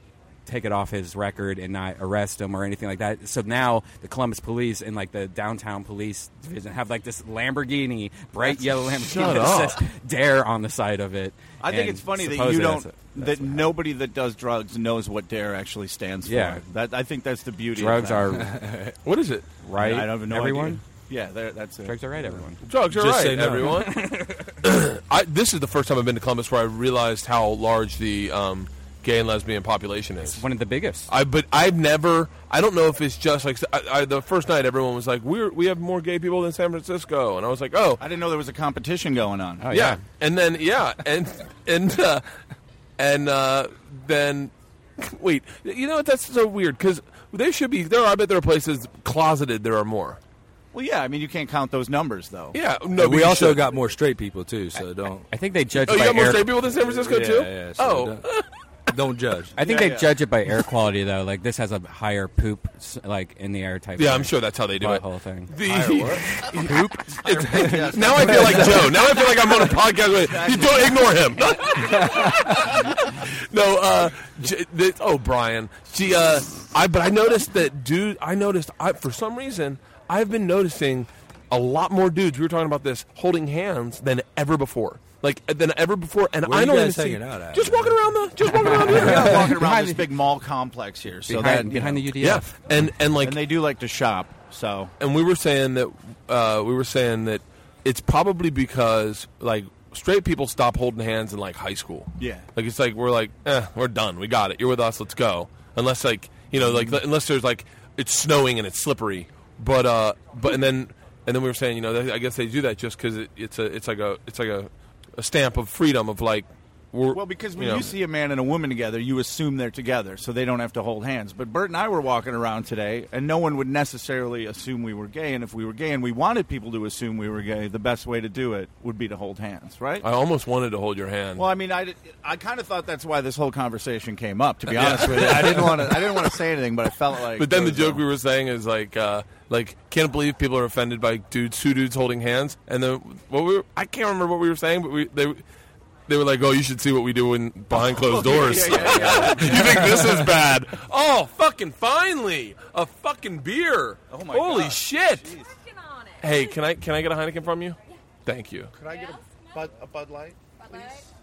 S5: take it off his record and not arrest him or anything like that. So now the Columbus police and like the downtown police division have like this Lamborghini, bright yellow Lamborghini that says "Dare" on the side of it.
S4: I think
S5: And
S4: it's funny that you
S5: supposedly
S4: don't
S5: that's it.
S4: that nobody that does drugs knows what dare actually stands
S5: Yeah.
S4: for. That I think that's the beauty.
S5: drugs
S4: of that.
S5: are
S3: What is it?
S5: right.
S4: I don't have no
S5: everyone.
S4: idea. Yeah, there- that's it.
S5: Drugs are right. Everyone.
S3: Drugs are
S6: Just
S3: right,
S6: say no.
S3: everyone. I, this is the first time I've been to Columbus where I realized how large the um, gay and lesbian population is.
S5: One of the biggest.
S3: I but I've never. I don't know if it's just like I, I, the first night. Everyone was like, "We're we have more gay people than San Francisco," and I was like, "Oh,
S4: I didn't know there was a competition going on.
S5: Oh,
S3: yeah. And then yeah, and and uh, and uh, then wait, you know what? That's so weird because there should be there. Are, I bet there are places closeted. There are more.
S4: Well, yeah. I mean, you can't count those numbers though.
S3: Yeah, no,
S6: we
S3: but you
S6: also
S3: should.
S6: got more straight people too, so don't.
S5: I think they judge
S3: Oh, you
S5: by
S3: got more
S5: air.
S3: straight people than San Francisco
S6: yeah,
S3: too.
S6: yeah, so
S3: oh,
S6: don't, don't judge.
S5: I think
S4: Yeah,
S5: they
S4: yeah.
S5: judge it by air quality though. Like this has a higher poop s- like in the air type.
S3: Yeah,
S5: of
S3: I'm sure that's how they do it.
S5: Whole thing.
S3: The It's- now I feel like Joe. Now I feel like I'm on a podcast with you. Don't ignore him. no, uh, j- th- oh Brian. She, uh, I but I noticed that dude. I noticed I, for some reason I've been noticing a lot more dudes. We were talking about this holding hands than ever before. Like than ever before, and
S6: Where
S3: I
S6: you
S3: don't
S6: guys
S3: even see
S6: hanging out at?
S3: just walking around the just walking around here.
S4: We're not walking around
S5: Behind
S4: this
S5: the-
S4: big mall complex here. So
S5: behind,
S4: that you
S5: behind
S4: know,
S5: the UDF.
S3: yeah, and and like
S4: and they do like to shop. So
S3: and we were saying that uh, we were saying that it's probably because like straight people stop holding hands in like high school.
S4: Yeah.
S3: like it's like we're like, eh, we're done. We got it. You're with us. Let's go. Unless like you know like
S4: Mm-hmm.
S3: unless there's like it's snowing and it's slippery. But uh, but and then and then we were saying you know they- I guess they do that just because it, it's a it's like a it's like a, a stamp of freedom of like. We're,
S4: Well, because when
S3: you
S4: you,
S3: know.
S4: see a man and a woman together, you assume they're together, so they don't have to hold hands. But Bert and I were walking around today, and no one would necessarily assume we were gay. And if we were gay and we wanted people to assume we were gay, the best way to do it would be to hold hands, right?
S3: I almost wanted to hold your hand.
S4: well, I mean, I, did- I kind of thought that's why this whole conversation came up. To be honest with you, I didn't want to. I didn't want to say anything, but I felt like.
S3: But then the
S4: there was
S3: joke we were saying is like, uh, like can't believe people are offended by dudes, two dudes holding hands, and then what we were, I can't remember what we were saying, but we they they were like, oh, you should see what we do in behind closed doors.
S4: yeah, yeah, yeah.
S3: you think this is bad? Oh, fucking finally, a fucking beer. Oh my Holy shit! Hey, can I can I get a Heineken from you? Thank you.
S4: Could I get a Bud, a Bud Light?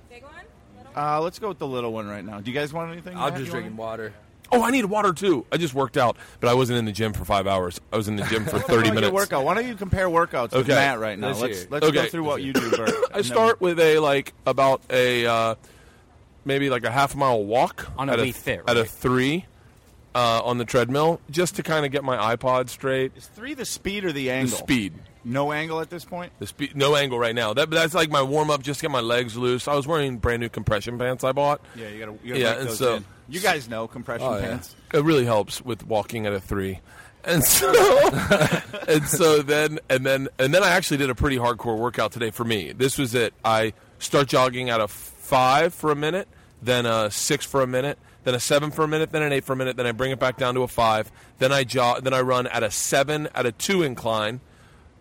S8: Big one? Little one?
S4: Uh, let's go with the little one right now. Do you guys want anything?
S6: I'll
S4: Matt?
S6: just
S4: You
S6: drinking
S4: want
S6: water.
S3: Oh, I need water too. I just worked out, but I wasn't in the gym for five hours. I was in the gym for
S4: anything?
S3: thirty
S4: Why don't you
S3: minutes.
S4: Workout. Why don't you compare workouts with
S3: Okay.
S4: Matt right now?
S6: Let's
S4: Let's
S6: hear
S4: let's,
S6: it.
S3: Okay.
S4: go through what you do, Bert.
S3: I start with a like about a uh, maybe like a half mile walk
S5: On a
S3: at
S5: Wii Fit,
S3: at a
S5: right?
S3: three uh, on the treadmill just to kind of get my iPod straight.
S4: Is three the speed or the
S3: The
S4: angle?
S3: speed,
S4: No angle at this point.
S3: the speed, no angle right now. That that's like my warm up, just get my legs loose. I was wearing brand new compression pants I bought.
S4: Yeah, you gotta. You gotta
S3: Yeah,
S4: break
S3: and
S4: those
S3: so-
S4: in. you guys know compression
S6: Oh, yeah.
S4: pants.
S3: It really helps with walking at a three. And so, and so then, and then, and then I actually did a pretty hardcore workout today for me. This was it. I start jogging at a five for a minute, then a six for a minute, then a seven for a minute, then an eight for a minute, then I bring it back down to a five. Then I jog, then I run at a seven at a two incline,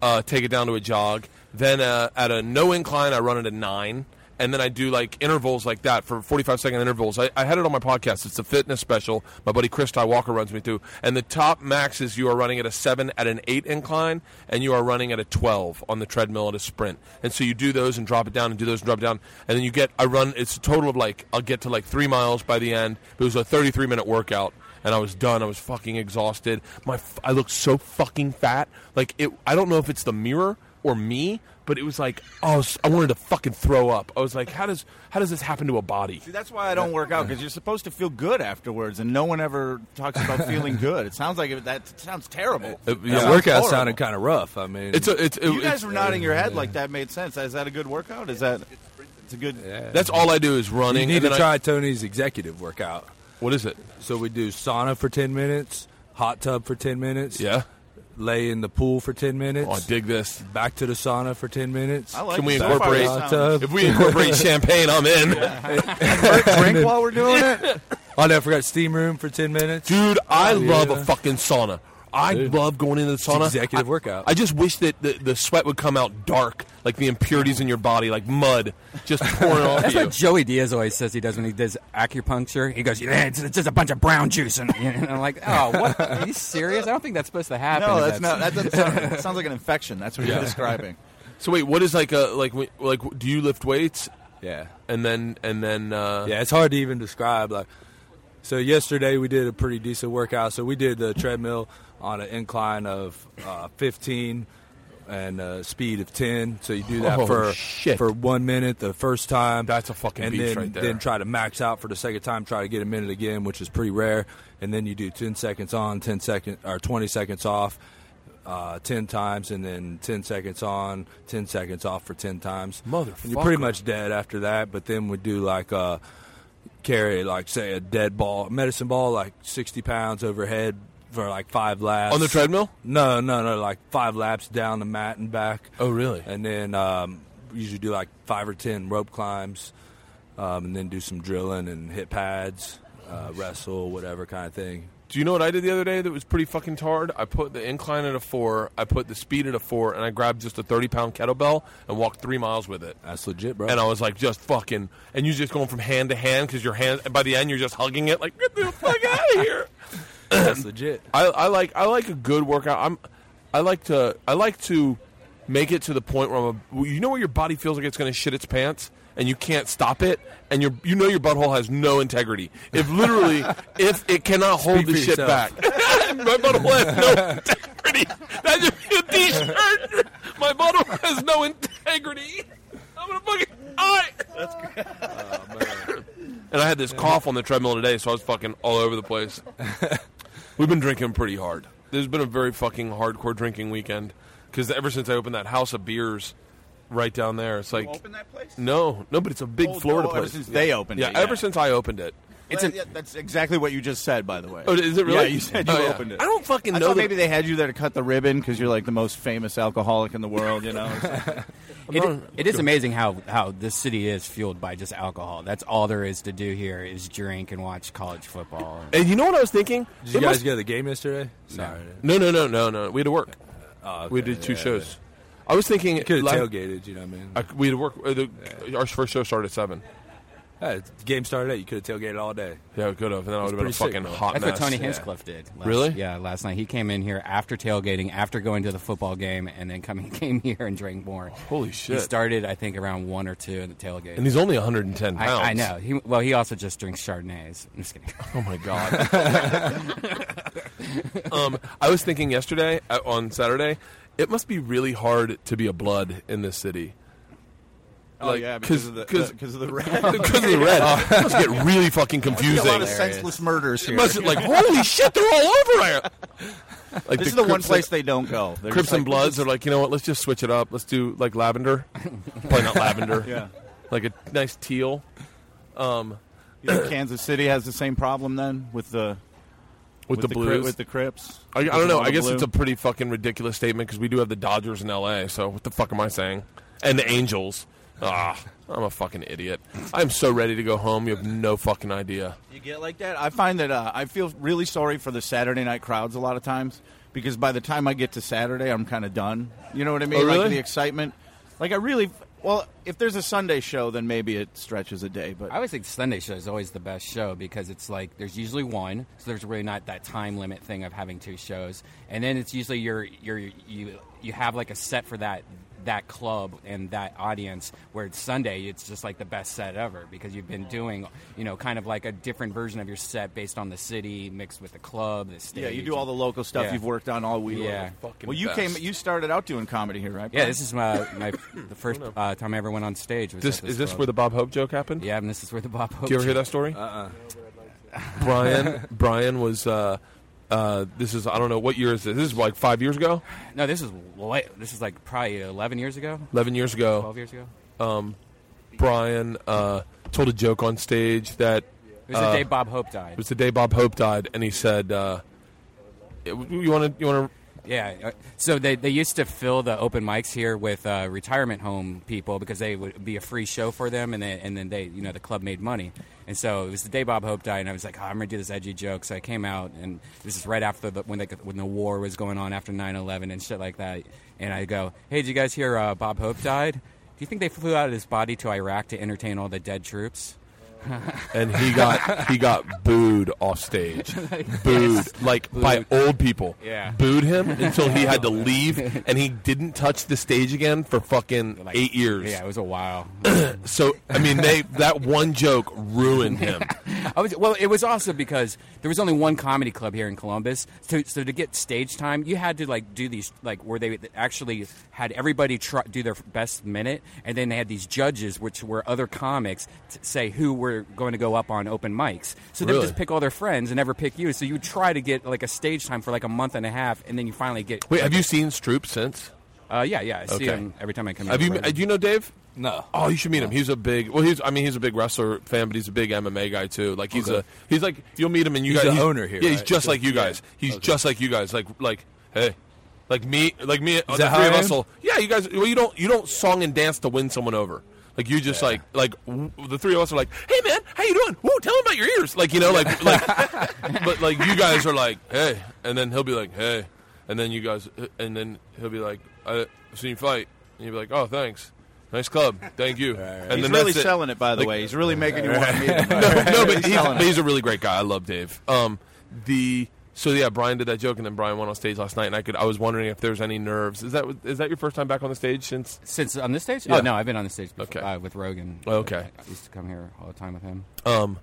S3: uh, take it down to a jog. Then uh, at a no incline, I run at a nine. And then I do like intervals like that for 45 second intervals. I, I had it on my podcast. It's a fitness special. My buddy Chris Ty Walker runs me through. And the top max is you are running at a seven at an eight incline, and you are running at a 12 on the treadmill at a sprint. And so you do those and drop it down and do those and drop it down. And then you get, I run, it's a total of like, I'll get to like three miles by the end. It was a 33 minute workout. and I was done. I was fucking exhausted. My f- I looked so fucking fat. Like it. I don't know if it's the mirror or me, but it was like oh, s- I wanted to fucking throw up. I was like, how does how does this happen to a body?
S4: See, that's why I don't work out because you're supposed to feel good afterwards, and no one ever talks about feeling good. It sounds like it, that sounds terrible.
S6: Uh,
S4: That
S6: yeah,
S4: sounds
S6: workout
S4: horrible.
S6: sounded kind of rough. I mean,
S3: It's a it's it,
S4: You guys
S3: it's- uh,
S4: were nodding your head like that made sense. Is that a good workout? Is that? It's a good.
S3: that's all I do is running.
S6: you need
S3: and
S6: to
S3: then I-
S6: try Tony's executive workout.
S3: what is it?
S6: So we do sauna for ten minutes, hot tub for ten minutes,
S3: Yeah.
S6: lay in the pool for ten minutes,
S3: Oh, I dig this.
S6: back to the sauna for ten minutes.
S4: I like
S3: Can we
S4: it. So far,
S3: incorporate-
S4: it
S6: hot
S4: sounds-
S6: tub.
S3: If we incorporate champagne, I'm in.
S4: drink while we're doing it?
S6: Oh, no, I forgot steam room for ten minutes.
S3: Dude, I
S6: Oh,
S3: love
S6: yeah.
S3: a fucking sauna. I love going into the sauna.
S6: executive
S3: I-
S6: workout.
S3: I just wish that the, the sweat would come out dark, like the impurities in your body, like mud, just pouring off
S5: That's
S3: you.
S5: what Joey Diaz always says he does when he does acupuncture. He goes, "Yeah, it's, it's just a bunch of brown juice," and, and I'm like, "Oh, what? Are you serious? I don't think that's supposed to happen."
S4: No,
S5: if
S4: that's not. That doesn't sound, it sounds like an infection. That's what you're describing.
S3: So wait, what is like a like w- like do you lift weights
S6: Yeah,
S3: and then and then uh,
S6: yeah. It's hard to even describe. Like, so yesterday we did a pretty decent workout. So we did the treadmill on an incline of uh, 15 and a speed of 10. So you do that
S3: Oh,
S6: for
S3: shit.
S6: for one minute the first time.
S3: That's a fucking
S6: and
S3: beast
S6: then,
S3: right there.
S6: Then try to max out for the second time. Try to get a minute again, which is pretty rare. And then you do 10 seconds on, 10 second or 20 seconds off. Uh, 10 times and then 10 seconds on 10 seconds off for 10 times And you're pretty
S3: Motherfucker.
S6: much dead after that but then we do like uh, carry like say a dead ball medicine ball like 60 pounds overhead for like five laps
S3: on the treadmill?
S6: no no no like five laps down the mat and back
S3: Oh, really?
S6: and then um, usually do like five or ten rope climbs um, and then do some drilling and hit pads uh, wrestle whatever kind of thing
S3: Do you know what I did the other day that was pretty fucking hard? I put the incline at a four, I put the speed at a four, and I grabbed just a thirty pound kettlebell and walked three miles with it.
S6: that's legit bro
S3: And uh, I was like, just fucking, and you're just going from hand to hand because your hand. By the end, you're just hugging it, like get the fuck out of here.
S6: that's legit
S3: I, I like I like a good workout. I'm I like to I like to make it to the point where I'm a, you know where your body feels like it's going to shit its pants and you can't stop it and you you know your butthole has no integrity. If literally if it cannot hold
S6: Speak
S3: the
S6: for
S3: shit
S6: yourself.
S3: back, my butthole has no integrity. That should be a T-shirt. My butthole has no integrity. I'm gonna fucking die. That's good. And I had this cough on the treadmill today, so I was fucking all over the place. We've been drinking pretty hard. There's been a very fucking hardcore drinking weekend because ever since I opened that house of beers right down there, it's like
S4: Open that place?
S3: no, no, but it's a big
S4: Oh,
S3: Florida
S4: oh, ever
S3: place.
S4: since they opened
S3: yeah,
S4: it,
S3: ever
S4: yeah.
S3: since I opened it.
S4: It's
S5: an-
S4: that's exactly what you just said, by the way.
S3: Oh, is it really?
S4: Yeah, you said you
S3: Oh, yeah.
S4: opened it.
S3: I don't fucking
S4: I
S3: know.
S4: thought
S3: that-
S4: maybe they had you there to cut the ribbon because you're like the most famous alcoholic in the world. You know,
S5: It, it is amazing how, how this city is fueled by just alcohol. That's all there is to do here is drink and watch college football.
S3: And you know what I was thinking?
S6: did you
S3: It
S6: guys
S3: must-
S6: go to the game yesterday sorry
S3: no, no, no, no, no. We had to work.
S6: Oh,
S3: we
S6: okay,
S3: did two
S6: yeah,
S3: shows. I was thinking
S6: Could have
S3: like-
S6: tailgated, you know what I mean?
S3: I, we had to work. Uh, the, Our first show started at seven.
S6: Hey, the game started at eight. You could have tailgated all day.
S3: Yeah, we could have. And then I would have been a
S6: pretty sick,
S3: fucking
S6: though.
S3: hot
S5: That's
S3: mess.
S5: what Tony Hinchcliffe did. Last,
S3: Really?
S5: Yeah, last night he came in here after tailgating, after going to the football game, and then coming came here and drank more.
S3: Holy
S5: He
S3: shit.
S5: started, I think, around one or two in the tailgate.
S3: and he's only 110 pounds.
S5: I, I know. He, well, he also just drinks Chardonnays. I'm just kidding.
S3: Oh my god. um, I was thinking yesterday uh, on Saturday, it must be really hard to be a blood in this city.
S4: oh yeah, because of the
S3: cause,
S4: because of the red.
S3: because of the red, it must get really fucking
S4: a lot
S3: confusing.
S4: of senseless murders
S3: It
S4: here.
S3: must like holy shit, they're all over here. Like
S4: this is the one
S3: Crips-
S4: place they don't go. They're
S3: Crips
S4: just like,
S3: and Bloods are like, you know what? Let's just switch it up. Let's do like lavender, probably not lavender.
S4: Yeah.
S3: like a nice teal.
S4: You think Kansas City has the same problem then with the
S3: With, the,
S4: Cri-
S3: blues,
S4: with the Crips.
S3: I, I
S4: With
S3: don't
S4: the
S3: know. I
S4: royal
S3: guess
S4: blue?
S3: it's a pretty fucking ridiculous statement because we do have the Dodgers in L.A. So what the fuck am I saying? And the Angels. Ah, I'm a fucking idiot. I'm so ready to go home. You have no fucking idea.
S4: You get like that? I find that uh, I feel really sorry for the Saturday night crowds a lot of times because by the time I get to Saturday, I'm kind of done. You know what I mean?
S3: Oh, really?
S4: Like the excitement. Like I really. Well, if there's a Sunday show, then maybe it stretches a day. But
S5: I always think Sunday show is always the best show because it's like there's usually one, so there's really not that time limit thing of having two shows, and then it's usually your your you you have like a set for that that club and that audience. Where it's Sunday, it's just like the best set ever because you've been doing, you know, kind of like a different version of your set based on the city mixed with the club, the stage.
S4: Yeah, you do all the local stuff
S5: Yeah.
S4: you've worked on all week.
S5: Yeah.
S3: Fucking
S4: Well, you
S3: best.
S4: came. You started out doing comedy here, right?
S5: Yeah,
S4: Brian?
S5: this is my, my the first uh, time I ever went on stage. Was
S3: This,
S5: at this
S3: is this
S5: club.
S3: where the Bob Hope joke happened?
S5: yeah, and this is where the Bob Hope.
S3: Do you ever hear that story? Uh
S4: Uh-uh.
S3: uh Brian Brian was uh uh this is I don't know what year is this? This is like five years ago?
S5: No, this is wa- this is like probably eleven years ago,
S3: Eleven years ago.
S5: twelve years ago.
S3: Brian uh told a joke on stage that
S5: It was
S3: uh,
S5: the day Bob Hope died.
S3: it was the day Bob Hope died and he said uh it- you wanna you wanna
S5: Yeah. uh, So they, they used to fill the open mics here with uh, retirement home people because they would be a free show for them, and, they, and then they, you know, the club made money. And so it was the day Bob Hope died, and I was like, oh, I'm going to do this edgy joke. So I came out, and this is right after the, when, they, when the war was going on after 9 11 and shit like that. And I go, hey, did you guys hear uh, Bob Hope died? Do you think they flew out of his body to Iraq to entertain all the dead troops?
S3: and he got he got booed off stage, booed like by old people.
S5: Yeah.
S3: booed him until he had to leave, and he didn't touch the stage again for fucking
S5: Like,
S3: eight years.
S5: Yeah, it was a while.
S3: So I mean, they that one joke ruined him.
S5: I was, well, it was also because there was only one comedy club here in Columbus, so, so to get stage time, you had to like do these like where they actually had everybody try, do their best minute, and then they had these judges, which were other comics, t- say who were going to go up on open mics. So they would
S3: Really?
S5: just pick all their friends and never pick you. So you would try to get like a stage time for like a month and a half, and then you finally get.
S3: Wait, have you seen Stroop since?
S5: Uh, yeah, yeah, I see
S3: Okay.
S5: him every time I come.
S3: Have
S5: in.
S3: you? uh, Do you know Dave?
S6: No.
S3: Oh, you should meet him. He's a big. Well, he's. I mean, he's a big wrestler fan, but he's a big MMA guy too. Like he's a. He's like you'll meet him and you
S6: He's
S3: guys.
S6: the owner here,
S3: Yeah, he's
S6: right?
S3: just
S6: So-
S3: like you guys.
S6: yeah.
S3: He's
S6: Okay.
S3: just like you guys. Like like hey, like me like me. uh, the
S6: that how
S3: three of
S6: I
S3: us.
S6: am?
S3: will- Yeah, you guys. Well, you don't you don't song and dance to win someone over. Like you just like like w- the three of us are like, hey man, how you doing? Woo, tell him about your ears. Like you know like like, but like you guys are like hey, and then he'll be like hey, and then you guys and then he'll be like I've seen you fight, and you'll be like oh thanks. Nice club, thank you. And
S4: He's
S3: then
S4: really
S3: that's it.
S4: selling it, by the
S3: Like-
S4: way. He's really making you want to meet him.
S3: no, no, but he's,
S4: selling
S3: but he's a really great guy. I love Dave. Um, the so yeah, Brian did that joke, and then Brian went on stage last night, and I could I was wondering if there was any nerves. Is that is that your first time back on the stage since?
S5: since on this stage?
S3: Yeah.
S5: Oh no, I've been on the stage
S3: Okay.
S5: before, uh, with Rogan.
S3: Okay.
S5: I used to come here all the time with him.
S3: Um,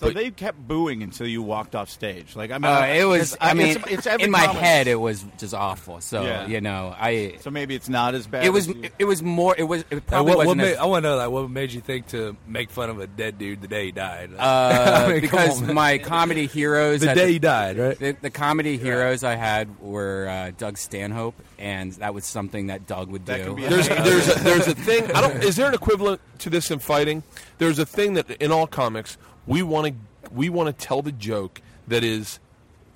S4: So they kept booing until you walked off stage. Like I mean,
S5: Uh, it was.
S4: it's-
S5: I mean,
S4: it's, it's every
S5: in my
S4: comic.
S5: head, it was just awful. So
S4: Yeah.
S5: you know, I.
S4: So maybe it's not as bad.
S5: It was.
S4: as you-
S5: It, was more. It was. It
S6: Now,
S5: probably
S6: what, what
S5: wasn't.
S6: made,
S5: as-
S6: I want to know, like, what made you think to make fun of a dead dude the day he died?
S5: uh,
S6: I mean, come
S5: because
S6: on, man.
S5: my comedy heroes.
S6: the
S5: at
S6: day he died, right?
S5: The, the comedy heroes I had were uh, Doug Stanhope, and that was something that Doug would
S4: That
S5: do.
S4: could be a-
S3: there's there's a, there's a thing. I don't. Is there an equivalent to this in fighting? There's a thing that in all comics we want to we want to tell the joke that is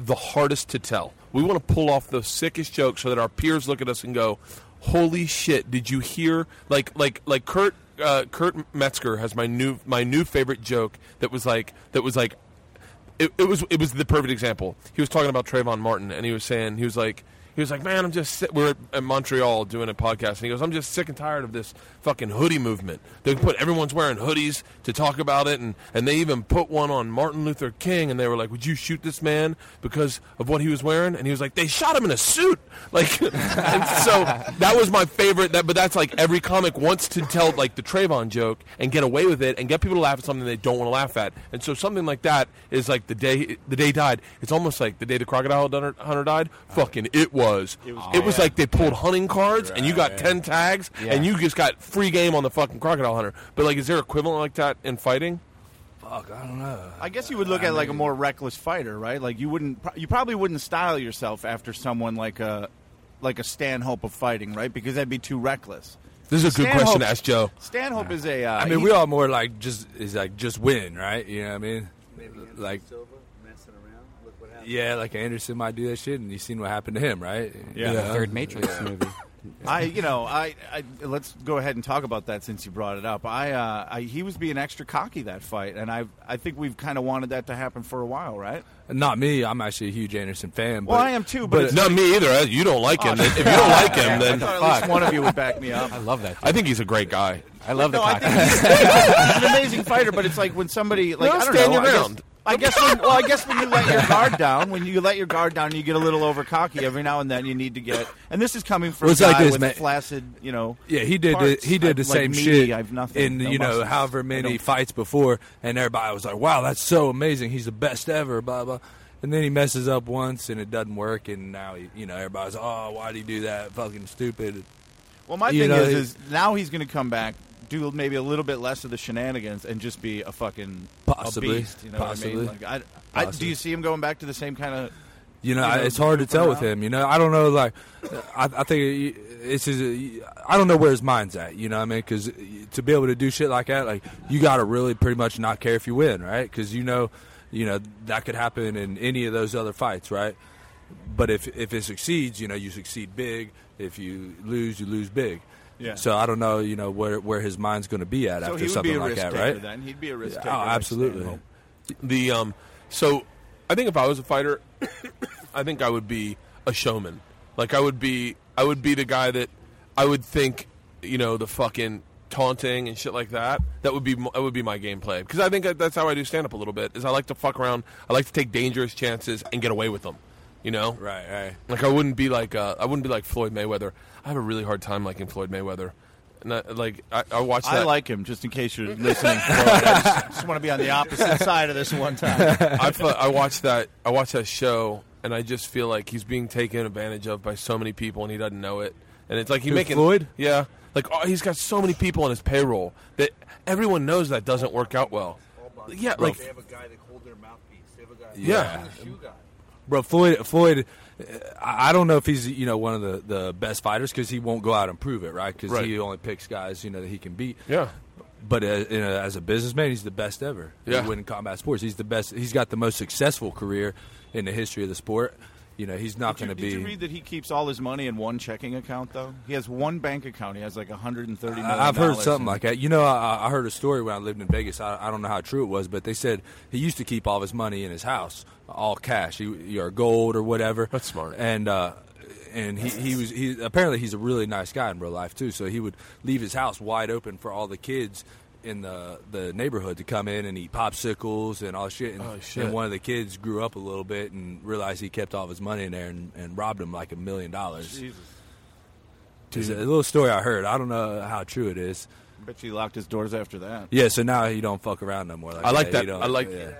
S3: the hardest to tell. We want to pull off the sickest joke so that our peers look at us and go, "Holy shit! Did you hear?" Like like like Kurt uh, Kurt Metzger has my new my new favorite joke that was like that was like it, it was it was the perfect example. He was talking about Trayvon Martin, and he was saying he was like he was like, man, I'm just sick. we're at Montreal doing a podcast, and he goes, I'm just sick and tired of this fucking hoodie movement. They put everyone's wearing hoodies to talk about it, and and they even put one on Martin Luther King, and they were like, would you shoot this man because of what he was wearing? And he was like, they shot him in a suit, like. and so that was my favorite. That but that's like every comic wants to tell like the Trayvon joke and get away with it and get people to laugh at something they don't want to laugh at. And so something like that is like the day the day he died. It's almost like the day the crocodile hunter hunter died. Fucking it was. It was, like they pulled hunting cards and you got ten tags
S5: Yeah.
S3: and you just got free game on the fucking crocodile hunter. But like, is there equivalent like that in fighting?
S6: Fuck, I don't know.
S4: I guess you would look at it like a more reckless fighter, right? Like you wouldn't, you probably wouldn't style yourself after someone like a, like a Stanhope of fighting, right? Because that'd be too reckless.
S3: This is a good
S4: Stanhope-
S3: question to ask Joe.
S4: Stanhope is a. Uh,
S6: I mean,
S4: he-
S6: we all more like just is like just win, right? You know what I mean? Like,
S7: Silva messing around. Look what happened.
S6: yeah, like Anderson might do that shit, and you seen what happened to him, right?
S4: Yeah.
S5: The third Matrix movie.
S4: I, you know, I, I let's go ahead and talk about that since you brought it up. I, uh, I he was being extra cocky that fight, and I, I think we've kind of wanted that to happen for a while, right?
S6: Not me. I'm actually a huge Anderson fan.
S4: Well,
S6: but,
S4: I am too, but,
S6: But
S4: it's
S3: Not me either. You don't like him. if you don't like him,
S4: I
S3: then
S4: thought at least one of you would back me up.
S5: I love that.
S3: I think he's a great guy.
S5: I love the.
S4: No, I
S5: cock-
S4: think he's, he's an amazing fighter, but it's like when somebody like
S3: No,
S4: I don't
S3: stand
S4: know,
S3: your
S4: I guess-
S3: ground.
S4: I guess when, well, I guess when you let your guard down, when you let your guard down, you get a little over cocky every now and then. You need to get, and this is coming from
S6: Well,
S4: a
S6: it's like
S4: guy
S6: this,
S4: with
S6: man.
S4: flaccid, you know.
S6: Yeah, he did. The,
S4: parts.
S6: he did the
S4: I've, like,
S6: same
S4: me,
S6: shit
S4: I've nothing
S6: in
S4: no
S6: you know
S4: muscles.
S6: however
S4: I
S6: many
S4: don't-
S6: fights before, and everybody was like, "Wow, that's so amazing! He's the best ever!" Blah blah. And then he messes up once, and it doesn't work, and now he- you know everybody's, "Oh, why do you do that? Fucking stupid!"
S4: Well, my
S6: you
S4: thing
S6: know,
S4: is,
S6: he-
S4: is now he's going to come back, do maybe a little bit less of the shenanigans, and just be a fucking
S6: Possibly.
S4: a beast. You know
S6: Possibly.
S4: what I mean? Like, I, I, do
S6: Possibly.
S4: you see him going back to the same kind of?
S6: You know,
S4: You know,
S6: I- it's hard to
S4: different
S6: tell with
S4: route.
S6: him. You know, I don't know. Like, I, I think it's his. I don't know where his mind's at. You know, what I mean, because to be able to do shit like that, like you got to really pretty much not care if you win, right? Because you know, you know that could happen in any of those other fights, right? But if if it succeeds, you know, you succeed big. If you lose, you lose big.
S4: Yeah.
S6: So I don't know, you know, where where his mind's going to be at
S4: So
S6: after
S4: he would
S6: something
S4: be a
S6: like
S4: risk
S6: that,
S4: taker
S6: right?
S4: then. He'd be a risk
S6: Yeah,
S4: taker.
S6: oh,
S4: like
S6: absolutely.
S4: Stanhope.
S3: The um, so I think if I was a fighter, I think I would be a showman. Like I would be, I would be the guy that I would think, you know, the fucking taunting and shit like that. That would be m- that would be my gameplay because I think that- that's how I do stand up a little bit. Is I like to fuck around. I like to take dangerous chances and get away with them. You know,
S6: Right, right.
S3: like I wouldn't be like uh, I wouldn't be like Floyd Mayweather. I have a really hard time liking Floyd Mayweather. And I, like I, I watched
S4: I
S3: that.
S4: like him, just in case you're listening. Floyd. I just, want to be on the opposite side of this one time.
S3: I, fe- I watched that. I watched that show, and I just feel like he's being taken advantage of by so many people, and he doesn't know it. And it's like he
S6: Who,
S3: making
S6: Floyd?
S3: Yeah, like oh, he's got so many people on his payroll that everyone knows that doesn't work out well. Yeah, like
S7: a guy that hold their mouthpiece. They have a guy.
S3: Yeah.
S7: a shoe guy.
S6: Bro, Floyd, Floyd, uh, I I don't know if he's you know one of the, the best fighters because he won't go out and prove it, right? Because
S3: Right.
S6: he only picks guys you know that he can beat.
S3: yeah,
S6: But uh, you know, as a businessman, he's the best ever.
S3: Yeah.
S6: In combat sports, he's the best. He's got the most successful career in the history of the sport. You know, he's not
S4: Did
S6: going
S4: you,
S6: to
S4: did
S6: be.
S4: you read that he keeps all his money in one checking account, though? He has one bank account. He has like 130 million.
S6: I- I've heard
S4: dollars
S6: something
S4: in-
S6: like that. You know, I, I heard a story when I lived in Vegas. I, I don't know how true it was, but they said he used to keep all of his money in his house, all cash, he, or gold or whatever.
S3: That's smart.
S6: And uh, and he, he was he apparently he's a really nice guy in real life too. So he would leave his house wide open for all the kids in the the neighborhood to come in and eat popsicles and all that shit. And,
S3: Oh, shit.
S6: and one of the kids grew up a little bit and realized he kept all of his money in there and, and robbed him like a million dollars.
S4: Jesus.
S6: It's a little story I heard. I don't know how true it is.
S4: Bet you he locked his doors after that.
S6: Yeah, so now you don't fuck around no more. Like
S3: I like
S6: You
S3: that.
S6: don't,
S3: I like
S6: yeah.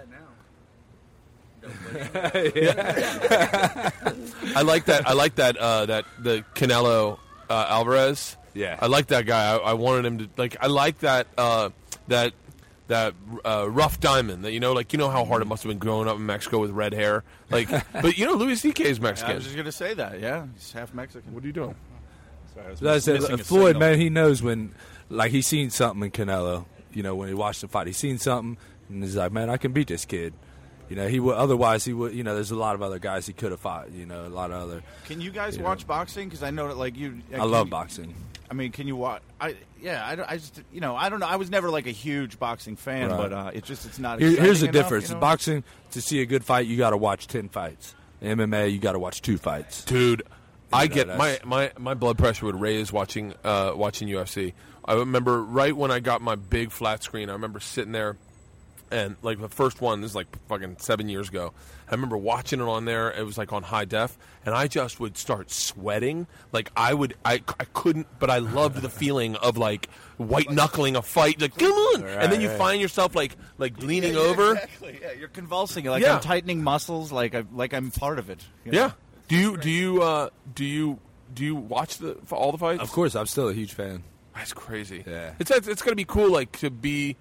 S3: I like that. I like that. Uh, that the Canelo uh, Alvarez.
S6: Yeah.
S3: I like that guy. I, I wanted him to like. I like that. Uh, that that uh, rough diamond. That you know, like you know how hard it must have been growing up in Mexico with red hair. Like, but you know, Louis C.K. is
S4: I
S3: Mexican.
S4: was just gonna say that. Yeah, he's half Mexican.
S3: what are you doing?
S6: So I said,
S4: missing a
S6: Floyd,
S4: signal.
S6: man, he knows when, like, he seen something in Canelo. You know, when he watched the fight, he seen something, and he's like, man, I can beat this kid. You know, he would. Otherwise, he would. You know, there's a lot of other guys he could have fought. You know, a lot of other.
S4: Can you guys watch boxing? Because I know that like you.
S6: I love boxing.
S4: I mean, can you watch? I yeah. I, don't- I just you know I don't know. I was never like a huge boxing fan,
S6: Right.
S4: but uh, it's just it's not.
S6: Here, here's the
S4: exciting enough,
S6: difference:
S4: you know?
S6: boxing. To see a good fight, you got to watch ten fights. MMA, you got to watch two fights.
S3: dude. I
S6: know,
S3: get my,
S6: that's-
S3: my, my blood pressure would raise watching uh, watching UFC. I remember right when I got my big flat screen. I remember sitting there, and like the first one. This is like fucking seven years ago. I remember watching it on there. It was like on high def, and I just would start sweating. Like I would, I, I couldn't, but I loved the feeling of like white knuckling a fight. Like come on, and then you find yourself like like leaning over.
S4: Exactly. Yeah, you're convulsing. Like
S3: Yeah.
S4: I'm tightening muscles. Like I like I'm part of it. you know?
S3: Yeah. Do you do you uh, do you do you watch the all the fights?
S6: Of course, I'm still a huge fan.
S3: That's crazy.
S6: Yeah.
S3: it's it's, it's going to be cool, like to be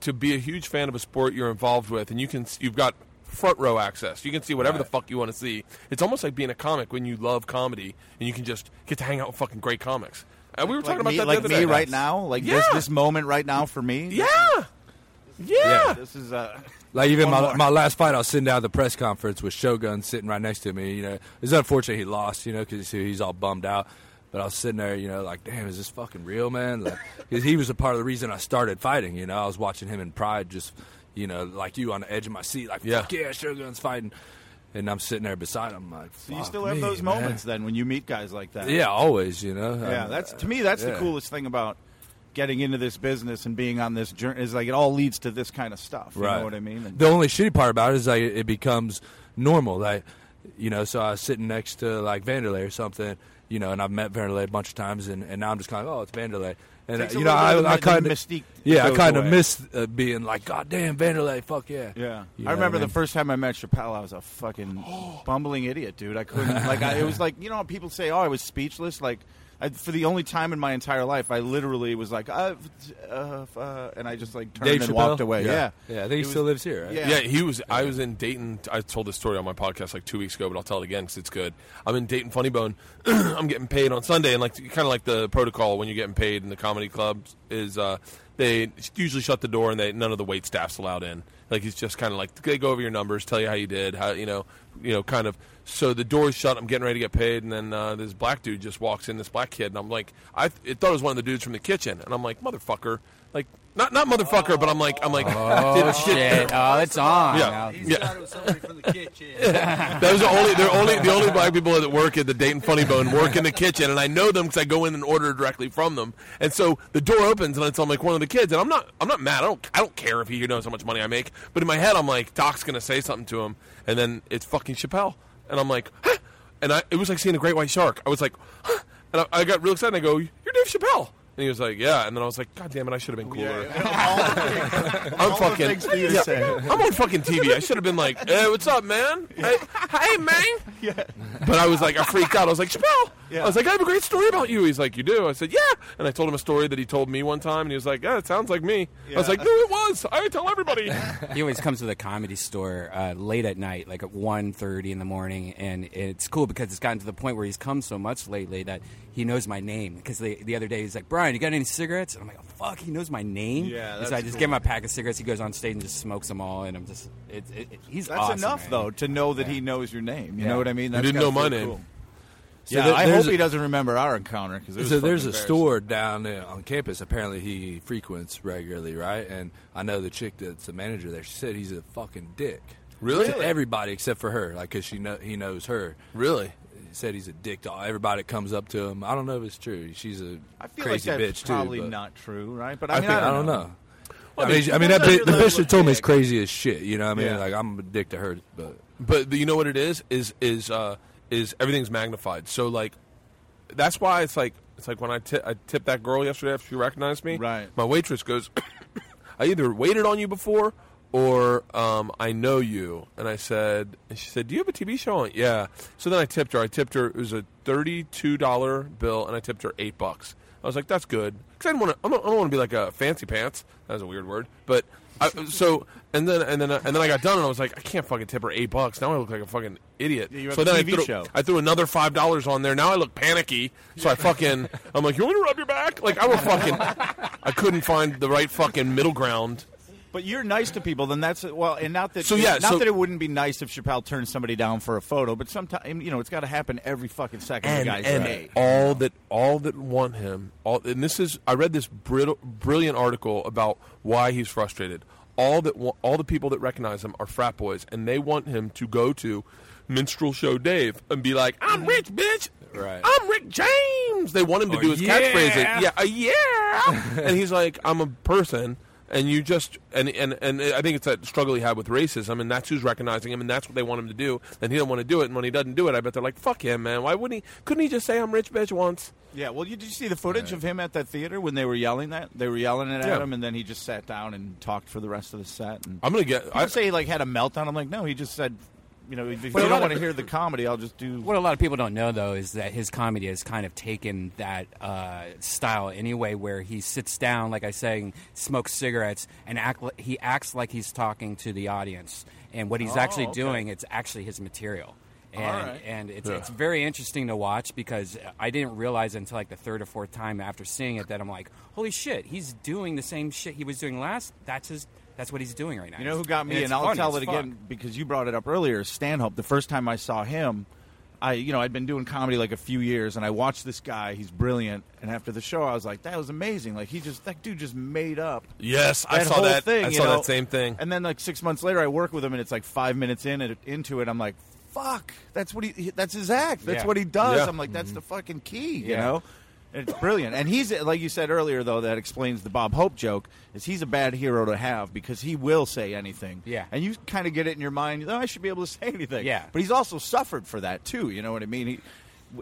S3: to be a huge fan of a sport you're involved with, and you can s- you've got front row access. You can see whatever the
S6: Right.
S3: fuck you want to see. It's almost like being a comic when you love comedy and you can just get to hang out with fucking great comics. And we were
S4: Like
S3: talking about
S4: me,
S3: that the
S4: like
S3: other
S4: me
S3: day.
S4: right now. Like this
S3: Yeah.
S4: this moment right now for me.
S3: Yeah. Yeah.
S4: This is uh.
S6: Like even
S4: One
S6: my,
S4: more.
S6: my last fight, I was sitting down at the press conference with Shogun sitting right next to me. You know, it's unfortunate he lost. You know, because he's all bummed out. But I was sitting there, you know, like, damn, is this fucking real, man? Like, 'cause he was a part of the reason I started fighting. You know, I was watching him in pride, just you know, like you on the edge of my seat, like,
S3: Yeah.
S6: fuck yeah, Shogun's fighting, and I'm sitting there beside him, like,
S4: So you
S6: fuck
S4: still have
S6: me,
S4: those
S6: man.
S4: moments then when you meet guys like that.
S6: Yeah, always. You know.
S4: Yeah,
S6: Um,
S4: that's to me. That's the
S6: yeah.
S4: coolest thing about getting into this business and being on this journey is like it all leads to this kind of stuff. You know what I mean? And-
S6: The only shitty part about it is like it becomes normal. Like you know, so I was sitting next to like Vanderlei or something, you know, and I've met Vanderlei a bunch of times, and, and now I'm just kind of oh, it's Vanderlei, and
S4: Takes a
S6: you know,
S4: little bit of the
S6: I, I
S4: mi- the
S6: kind of
S4: mystique
S6: yeah, I
S4: goes
S6: kind of
S4: away.
S6: miss uh, being like, God damn Vanderlei, fuck yeah,
S4: Yeah,
S6: You know
S4: I remember
S6: what
S4: the
S6: mean?
S4: first time I met Chappelle, I was a fucking bumbling idiot, dude. I couldn't like I, it was like you know how people say, "Oh, I was speechless." Like I, for the only time in my entire life, I literally was like, uh, uh, uh, and I just like turned
S6: Dave
S4: and
S6: Chappelle?
S4: walked away. Yeah,
S6: yeah, I think he still lives here. Right?
S4: Yeah.
S3: Yeah, he was. I was in Dayton. I told this story on my podcast like two weeks ago, but I'll tell it again because it's good. I'm in Dayton Funny Bone. I'm getting paid on Sunday, and like kind of like the protocol when you're getting paid in the comedy clubs is uh, they usually shut the door and they none of the wait staff's allowed in. Like it's just kind of like they go over your numbers, tell you how you did, how you know, you know, kind of. So the door's shut. I'm getting ready to get paid, and then uh, this black dude just walks in. This black kid, and I'm like, I th- thought it was one of the dudes from the kitchen, and I'm like, motherfucker, like. Not not motherfucker, but I'm like I'm like
S5: Oh
S3: did- did-
S5: shit! Oh, it's on.
S3: Yeah.
S5: Now.
S7: He thought it was somebody from the kitchen.
S3: That was the only they're only the only black people that work at the Dayton Funny Bone work in the kitchen, and I know them because I go in and order directly from them. And so the door opens, and it's on like one of the kids, and I'm not I'm not mad. I don't I don't care if he knows how much money I make, but in my head I'm like Doc's gonna say something to him, and then it's fucking Chappelle, and I'm like, huh? and I it was like seeing a great white shark. I was like, huh? and I, I got real excited. and I go, you're Dave Chappelle. And he was like, "Yeah," and then I was like, "God damn it! I should have been cooler. I'm fucking.
S4: things for you to
S3: Yeah.
S4: say.
S3: I'm on fucking TV. I should have been like, "Hey, what's up, man? Hey, hey, man." But I was like, I freaked out. I was like, Chappelle.
S4: Yeah.
S3: I was like, I have a great story about you. He's like, you do. I said, yeah. And I told him a story that he told me one time, and he was like, yeah, it sounds like me. I was
S4: Yeah.
S3: like, no, it was. I tell everybody.
S5: he always comes to the comedy store uh, late at night, like at 1.30 in the morning, and it's cool because it's gotten to the point where he's come so much lately that he knows my name. Because the, the other day he's like, "Brian, you got any cigarettes?" And I'm like, oh, "Fuck, he knows my name."
S4: Yeah,
S5: And so
S4: that's
S5: I just
S4: cool.
S5: give him a pack of cigarettes. He goes on stage and just smokes them all, and I'm just, it, it, it- he's
S4: that's
S5: awesome,
S4: enough
S5: man.
S4: though to know that he knows your name. You
S5: Yeah.
S4: know what I mean?
S3: He
S4: That's
S3: didn't
S4: gotta
S3: know my
S4: feel
S3: name.
S4: cool.
S6: So
S4: yeah,
S6: there-
S4: I
S6: there's
S4: hope
S6: a-
S4: he doesn't remember our encounter because
S6: So there's a store down there on campus. Apparently, he frequents regularly, right? And I know the chick that's the manager there. She said he's a fucking dick.
S3: Really?
S6: To everybody except for her, like because she know he knows her.
S3: really?
S6: He said he's a dick to all- everybody that comes up to him. I don't know if it's true. She's a
S4: I feel
S6: crazy
S4: like that's
S6: bitch
S4: probably
S6: too. but-
S4: not true, right? But
S6: I,
S4: I, mean,
S6: think
S4: I, don't know.
S6: I mean, she- I mean
S4: depends
S6: that bitch,
S4: on
S6: the
S4: your
S6: bitch
S4: level
S6: that
S4: of
S6: told me is
S4: dick.
S6: crazy as shit. You know what I mean?
S4: Yeah.
S6: Like I'm a dick to her, but
S3: But the- you know what it is? Is is uh, is everything's magnified. So like, that's why it's like it's like when I ti- I tipped that girl yesterday after she recognized me.
S4: Right.
S3: My waitress goes, I either waited on you before or um, I know you. And I said, and she said, Do you have a TV show on? Yeah. So then I tipped her. I tipped her. It was a thirty-two dollar bill, and I tipped her eight bucks. I was like, That's good because I didn't want to. I don't, want to be like a fancy pants. That was a weird word, but. I, so and then and then and then I got done and I was like I can't fucking tip her eight bucks now I look like a fucking idiot
S4: Yeah, you have
S3: so
S4: a
S3: then I
S4: TV
S3: threw,
S4: show.
S3: I threw another five dollars on there. Now I look panicky. So I fucking I'm like, you want me to rub your back? Like I was fucking I couldn't find the right fucking middle ground.
S4: But you're nice to people, then that's well, and not that.
S3: So, yeah,
S4: not
S3: so-
S4: that it wouldn't be nice if Chappelle turned somebody down for a photo, but sometimes you know it's got to happen every fucking second. the guy's day.
S3: all that all that want him all and this is I read this brittle, brilliant article about why he's frustrated. All that wa- all the people that recognize him are frat boys, and they want him to go to minstrel show Dave and be like, "I'm rich, bitch.
S6: Right.
S3: I'm Rick James." They want him to
S6: Or,
S3: do his
S6: "Yeah."
S3: catchphrase. Yeah, uh, yeah. and he's like, I'm a person, and you just and and and I think it's that struggle he had with racism, and that's who's recognizing him, and that's what they want him to do. And he don't want to do it, and when he doesn't do it, I bet they're like, fuck him, man. Why wouldn't he? Couldn't he just say I'm rich bitch once?
S4: Yeah, well, you, did you see the footage of him at that theater when they were yelling that they were yelling it at
S3: Yeah.
S4: him, and then he just sat down and talked for the rest of the set. And
S3: I'm gonna get.
S4: I say he like had a meltdown. I'm like, no, he just said, you know, if you
S5: a lot
S4: don't
S5: of-
S4: want to hear the comedy, I'll just do.
S5: What a lot of people don't know, though, is that his comedy has kind of taken that uh, style anyway, where he sits down, like I say, smokes cigarettes, and act li- he acts like he's talking to the audience. And what he's actually
S4: Oh, okay.
S5: doing, it's actually his material. And,
S4: right.
S5: and it's, it's very interesting to watch because I didn't realize until like the third or fourth time after seeing it that I'm like, holy shit, he's doing the same shit he was doing last. That's his. That's what he's doing right now.
S4: You know who got me,
S5: it's
S4: and, I'll
S5: funny
S4: tell
S5: as
S4: it
S5: fuck.
S4: again because you brought it up earlier. Stanhope. The first time I saw him, I you know I'd been doing comedy like a few years, and I watched this guy. He's brilliant. And after the show, I was like, that was amazing. Like he just that dude just made up.
S3: yes, I
S4: that
S3: saw
S4: whole
S3: that.
S4: Thing,
S3: I
S4: you
S3: saw
S4: know?
S3: that same thing.
S4: And then like six months later, I work with him, and it's like five minutes in and into it, I'm like, fuck, that's what he. That's his act. That's
S5: Yeah.
S4: what he does.
S3: Yeah. Mm-hmm.
S4: I'm like, that's the fucking key. You
S5: Yeah.
S4: know. It's brilliant, and he's like you said earlier, though that explains the Bob Hope joke. Is he's a bad hero to have because he will say anything.
S5: Yeah.
S4: and you kind of get it in your mind. Oh, I should be able to say anything.
S5: Yeah.
S4: but he's also suffered for that too. You know what I mean?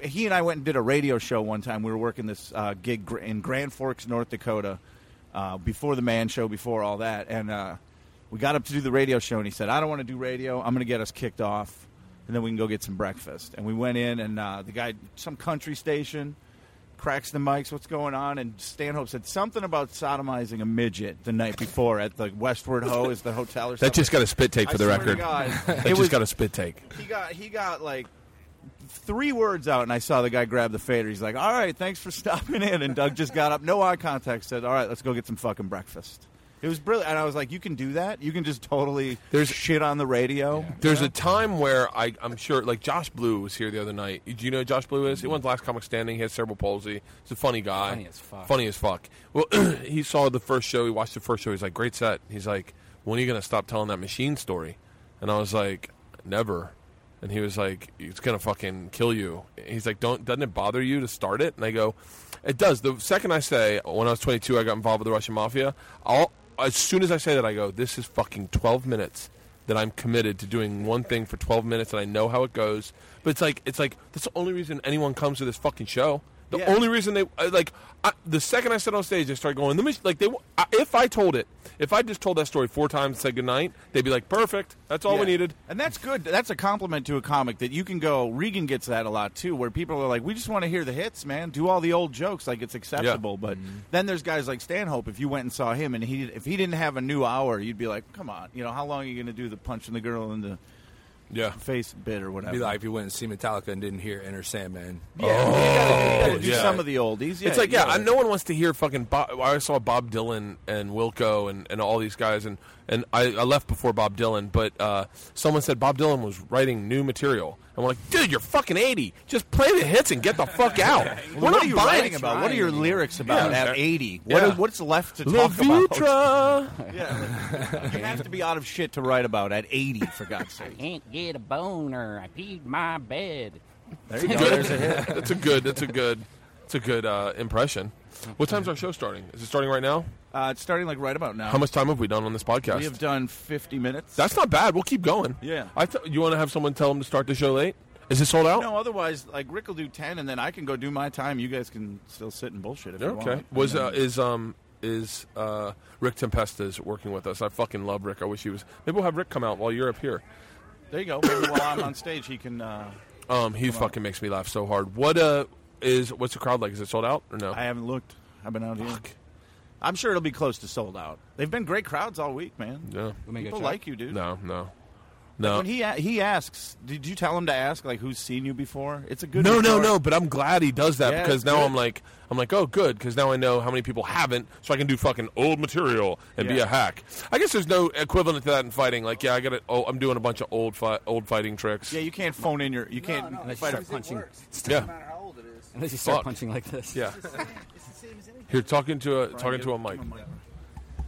S4: He, he and I went and did a radio show one time. We were working this uh, gig gr- in Grand Forks, North Dakota, uh, before the Man Show, before all that, and uh, we got up to do the radio show. And he said, "I don't want to do radio. I'm going to get us kicked off." And then we can go get some breakfast. And we went in, and uh, the guy, some country station, cracks the mics, what's going on? And Stanhope said something about sodomizing a midget the night before at the Westward Ho is the hotel or something.
S3: That just got a spit take
S4: I
S3: for the
S4: swear to
S3: record.
S4: God,
S3: that
S4: it
S3: just
S4: was-
S3: got a spit take.
S4: he got he got like three words out, and I saw the guy grab the fader. He's like, "All right, thanks for stopping in." And Doug just got up, no eye contact, said, "All right, let's go get some fucking breakfast." It was brilliant, and I was like, "You can do that. You can just totally
S3: There's-
S4: shit on the radio."
S3: There's a time where I, I'm sure, like Josh Blue was here the other night. Do you know who Josh Blue is? He won the last comic standing. He has cerebral palsy. He's a funny guy.
S5: Funny as fuck.
S3: Funny as fuck. Well, he saw the first show. He watched the first show. He's like, great set. He's like, when are you going to stop telling that machine story? And I was like, never. And he was like, it's going to fucking kill you. He's like, don't, doesn't it bother you to start it? And I go, it does. The second I say, when I was 22, I got involved with the Russian mafia, I'll, as soon as I say that, I go, this is fucking 12 minutes that I'm committed to doing one thing for 12 minutes and I know how it goes. But it's like it's like that's the only reason anyone comes to this fucking show. The
S4: Yeah.
S3: only reason they I- like I, the second I sit on stage, I start going. The mach- like they w- I, if I told it, if I just told that story four times, said goodnight, they'd be like, perfect. That's all we
S4: Yeah.
S3: needed.
S4: And that's good. That's a compliment to a comic that you can go. Regan gets that a lot too, where people are like, "We just want to hear the hits, man. Do all the old jokes, like it's acceptable." But
S3: Mm-hmm.
S4: then there's guys like Stanhope. If you went and saw him, and he if he didn't have a new hour, you'd be like, "Come on, you know, how long are you going to do the punching the girl in the
S3: Yeah.
S4: face bit or whatever?" Oh,
S6: Be like if you went and see Metallica and didn't hear Enter Sandman.
S4: yeah, you gotta, you gotta do
S3: yeah.
S4: some of the oldies.
S3: it's like, yeah,
S4: you
S3: I,
S4: gotta-
S3: no one wants to hear fucking. Bob, I saw Bob Dylan and Wilco and, and all these guys, and and I, I left before Bob Dylan, but uh, someone said Bob Dylan was writing new material. And we're like, dude, you're fucking eighty. Just play the hits and get the fuck out. we're
S4: What
S3: not
S4: are you
S3: buying
S4: writing about? What are your lyrics about
S3: Yeah.
S4: at eighty? What
S3: Yeah.
S4: are- what's left to
S3: La
S4: talk about?
S3: Vitra.
S4: Yeah. you have to be out of shit to write about at eighty, for God's sake.
S5: Can't get a boner. I peed my bed.
S4: There you go.
S3: Good.
S4: Oh, There's a hit.
S3: That's a good. That's a good. That's a good uh, impression. What time's our show starting? Is it starting right now?
S4: Uh, it's starting like right about now.
S3: How much time have we done on this podcast?
S4: We have done 50 minutes.
S3: That's not bad. We'll keep going.
S4: Yeah.
S3: I th- you want to have someone tell them to start the show late? Is it sold out?
S4: no, otherwise, like Rick will do 10, and then I can go do my time. You guys can still sit and bullshit if you want.
S3: Okay.
S4: And
S3: Was
S4: then-
S3: uh, is um is uh Rick Tempesta's working with us? I fucking love Rick. I wish he was. Maybe we'll have Rick come out while you're up here.
S4: there you go. Maybe while I'm on stage, he can. Uh,
S3: Um, he fucking makes me laugh so hard. What uh is what's the crowd like? Is it sold out or no?
S4: I haven't looked. I've been out here. I'm sure it'll be close to sold out. They've been great crowds all week, man.
S3: Yeah.
S5: Let me go
S4: People
S5: check.
S4: like you, dude.
S3: No. No. No.
S4: When he a- he asks, did you tell him to ask like who's seen you before? It's a good.
S3: No, no,
S4: retort.
S3: no. But I'm glad he does that
S4: Yeah,
S3: because
S4: it's
S3: now
S4: good.
S3: I'm like, I'm like, oh, good, because now I know how many people haven't, so I can do fucking old material and be
S4: Yeah.
S3: a hack. I guess there's no equivalent to that in fighting. Like, yeah, I got it. Oh, I'm doing a bunch of old, fi- old fighting tricks.
S4: Yeah, you can't phone in your. You can't
S7: no, no,
S5: Unless you
S4: fight a
S5: start punching.
S3: Yeah.
S7: No matter how old it is.
S5: Unless you start
S3: Fuck.
S5: punching like this.
S3: Yeah.
S7: It's the same as anything.
S3: Here, talking to a talking to a mic.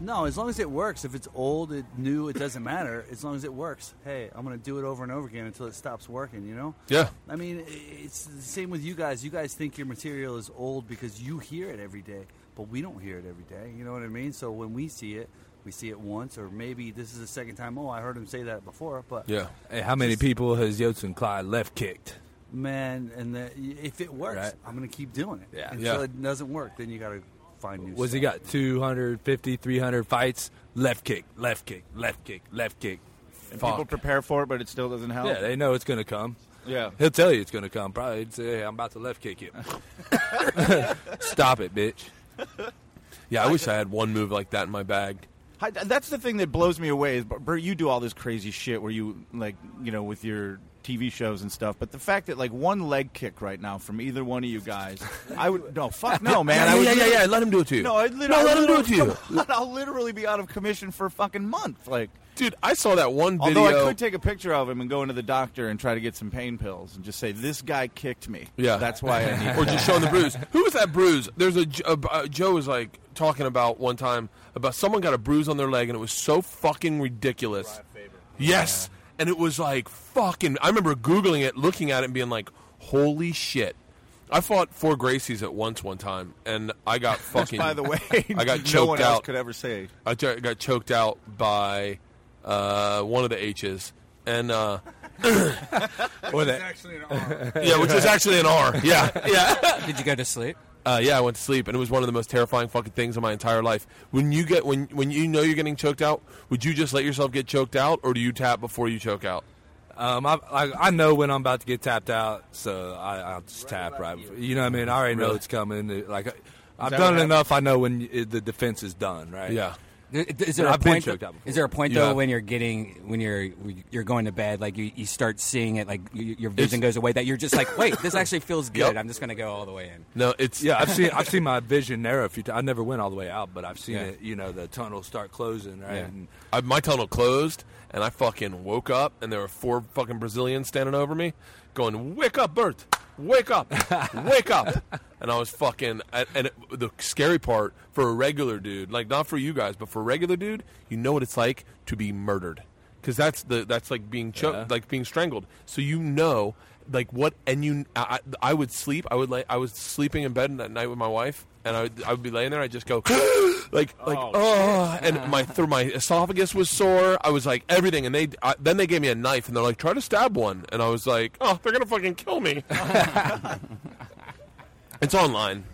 S7: No, as long as it works. If it's old, it new, it doesn't matter. As long as it works. Hey, I'm going to do it over and over again until it stops working, you know?
S3: Yeah.
S7: I mean, i- it's the same with you guys. You guys think your material is old because you hear it every day, but we don't hear it every day. You know what I mean? So when we see it, we see it once, or maybe this is the second time. Oh, I heard him say that before, but
S3: Yeah.
S6: Hey, how many people has Yotzen Clyde left kicked?
S7: man, and the, if it works,
S6: Right.
S7: I'm going to keep doing it.
S6: Yeah.
S7: Until
S3: Yeah.
S7: it doesn't work, then you got to find new
S6: Was he
S7: stuff.
S6: got 250, 300 fights? Left kick, left kick, left kick, left kick.
S4: And
S6: Fuck.
S4: people prepare for it, but it still doesn't help.
S6: yeah, they know it's going to come.
S4: yeah.
S6: He'll tell you it's going to come. Probably he'd say, hey, I'm about to left kick you. Stop it, bitch.
S3: Yeah. I wish I had one move like that in my bag.
S4: Hi, th- that's the thing that blows me away is, Bur- Bert, you do all this crazy shit where you like, you know, with your TV shows and stuff. But the fact that like one leg kick right now from either one of you guys, I would no, fuck no, man.
S3: yeah,
S4: I would
S3: yeah, yeah,
S4: literally-
S3: yeah, Let him do it to you.
S4: No, I literally,
S3: no, let him do it to
S4: literally-
S3: you,
S4: come on, I'll literally be out of commission for a fucking month. Like,
S3: dude. I saw that one video.
S4: although I could take a picture of him and go into the doctor and try to get some pain pills and just say this guy kicked me.
S3: Yeah,
S4: that's why I need.
S3: or just showing the bruise. Who was that bruise? There's a J- uh, uh, Joe was like talking about one time about someone got a bruise on their leg and it was so fucking ridiculous. Yes, and it was like fucking. I remember googling it, looking at it, and being like, "Holy shit." I fought four Gracies at once one time, and I got fucking.
S4: By the way,
S3: I
S4: no
S3: got choked
S4: one else
S3: out.
S4: could ever say.
S3: I ch- got choked out by uh, one of the H's, and uh, or that
S7: actually an R.
S3: yeah, which is actually an R. Yeah, yeah,
S5: Did you go to sleep?
S3: uh, yeah. I went to sleep, and it was one of the most terrifying fucking things of my entire life. When you get when when you know you're getting choked out, would you just let yourself get choked out, or do you tap before you choke out?
S6: Um, I, I I know when I'm about to get tapped out, so I, I'll just tap right. before- You know what I mean? I already know it's coming. Like I-
S4: that what
S6: I've done it
S4: happened?
S6: enough. I know when y- the defense is done. Right?
S3: Yeah.
S5: Th- th- Is there a
S6: I've been
S5: point?
S6: choked out before.
S5: Is there a point
S3: You
S5: though
S3: have.
S5: when you're getting when you're you're going to bed, like you, you start seeing it, like you, your vision
S3: It's-
S5: goes away, that you're just like, wait, this actually feels good.
S3: Yep.
S5: I'm just gonna go all the way in.
S3: No, it's
S6: Yeah, I've seen I've seen my vision narrow a few times. I never went all the way out, but I've seen
S5: Yeah.
S6: it. You know, the tunnel start closing, right?
S5: Yeah.
S6: And
S3: I, my tunnel closed, and I fucking woke up, and there were four fucking Brazilians standing over me, going, "Wake up, Bert! Wake up! Wake up!" And I was fucking. And, and it, the scary part for a regular dude, like not for you guys, but for a regular dude, you know what it's like to be murdered, because that's the that's like being choked, like being strangled. So you know, like what, and you, I, I I would sleep. I would like I was sleeping in bed that night with my wife. And I would, I would be laying there. I would just go, like, like, oh, Oh, and my th- my esophagus was sore. I was like everything, and they I, then they gave me a knife, and they're like, try to stab one, and I was like, oh, they're gonna fucking kill me. it's online.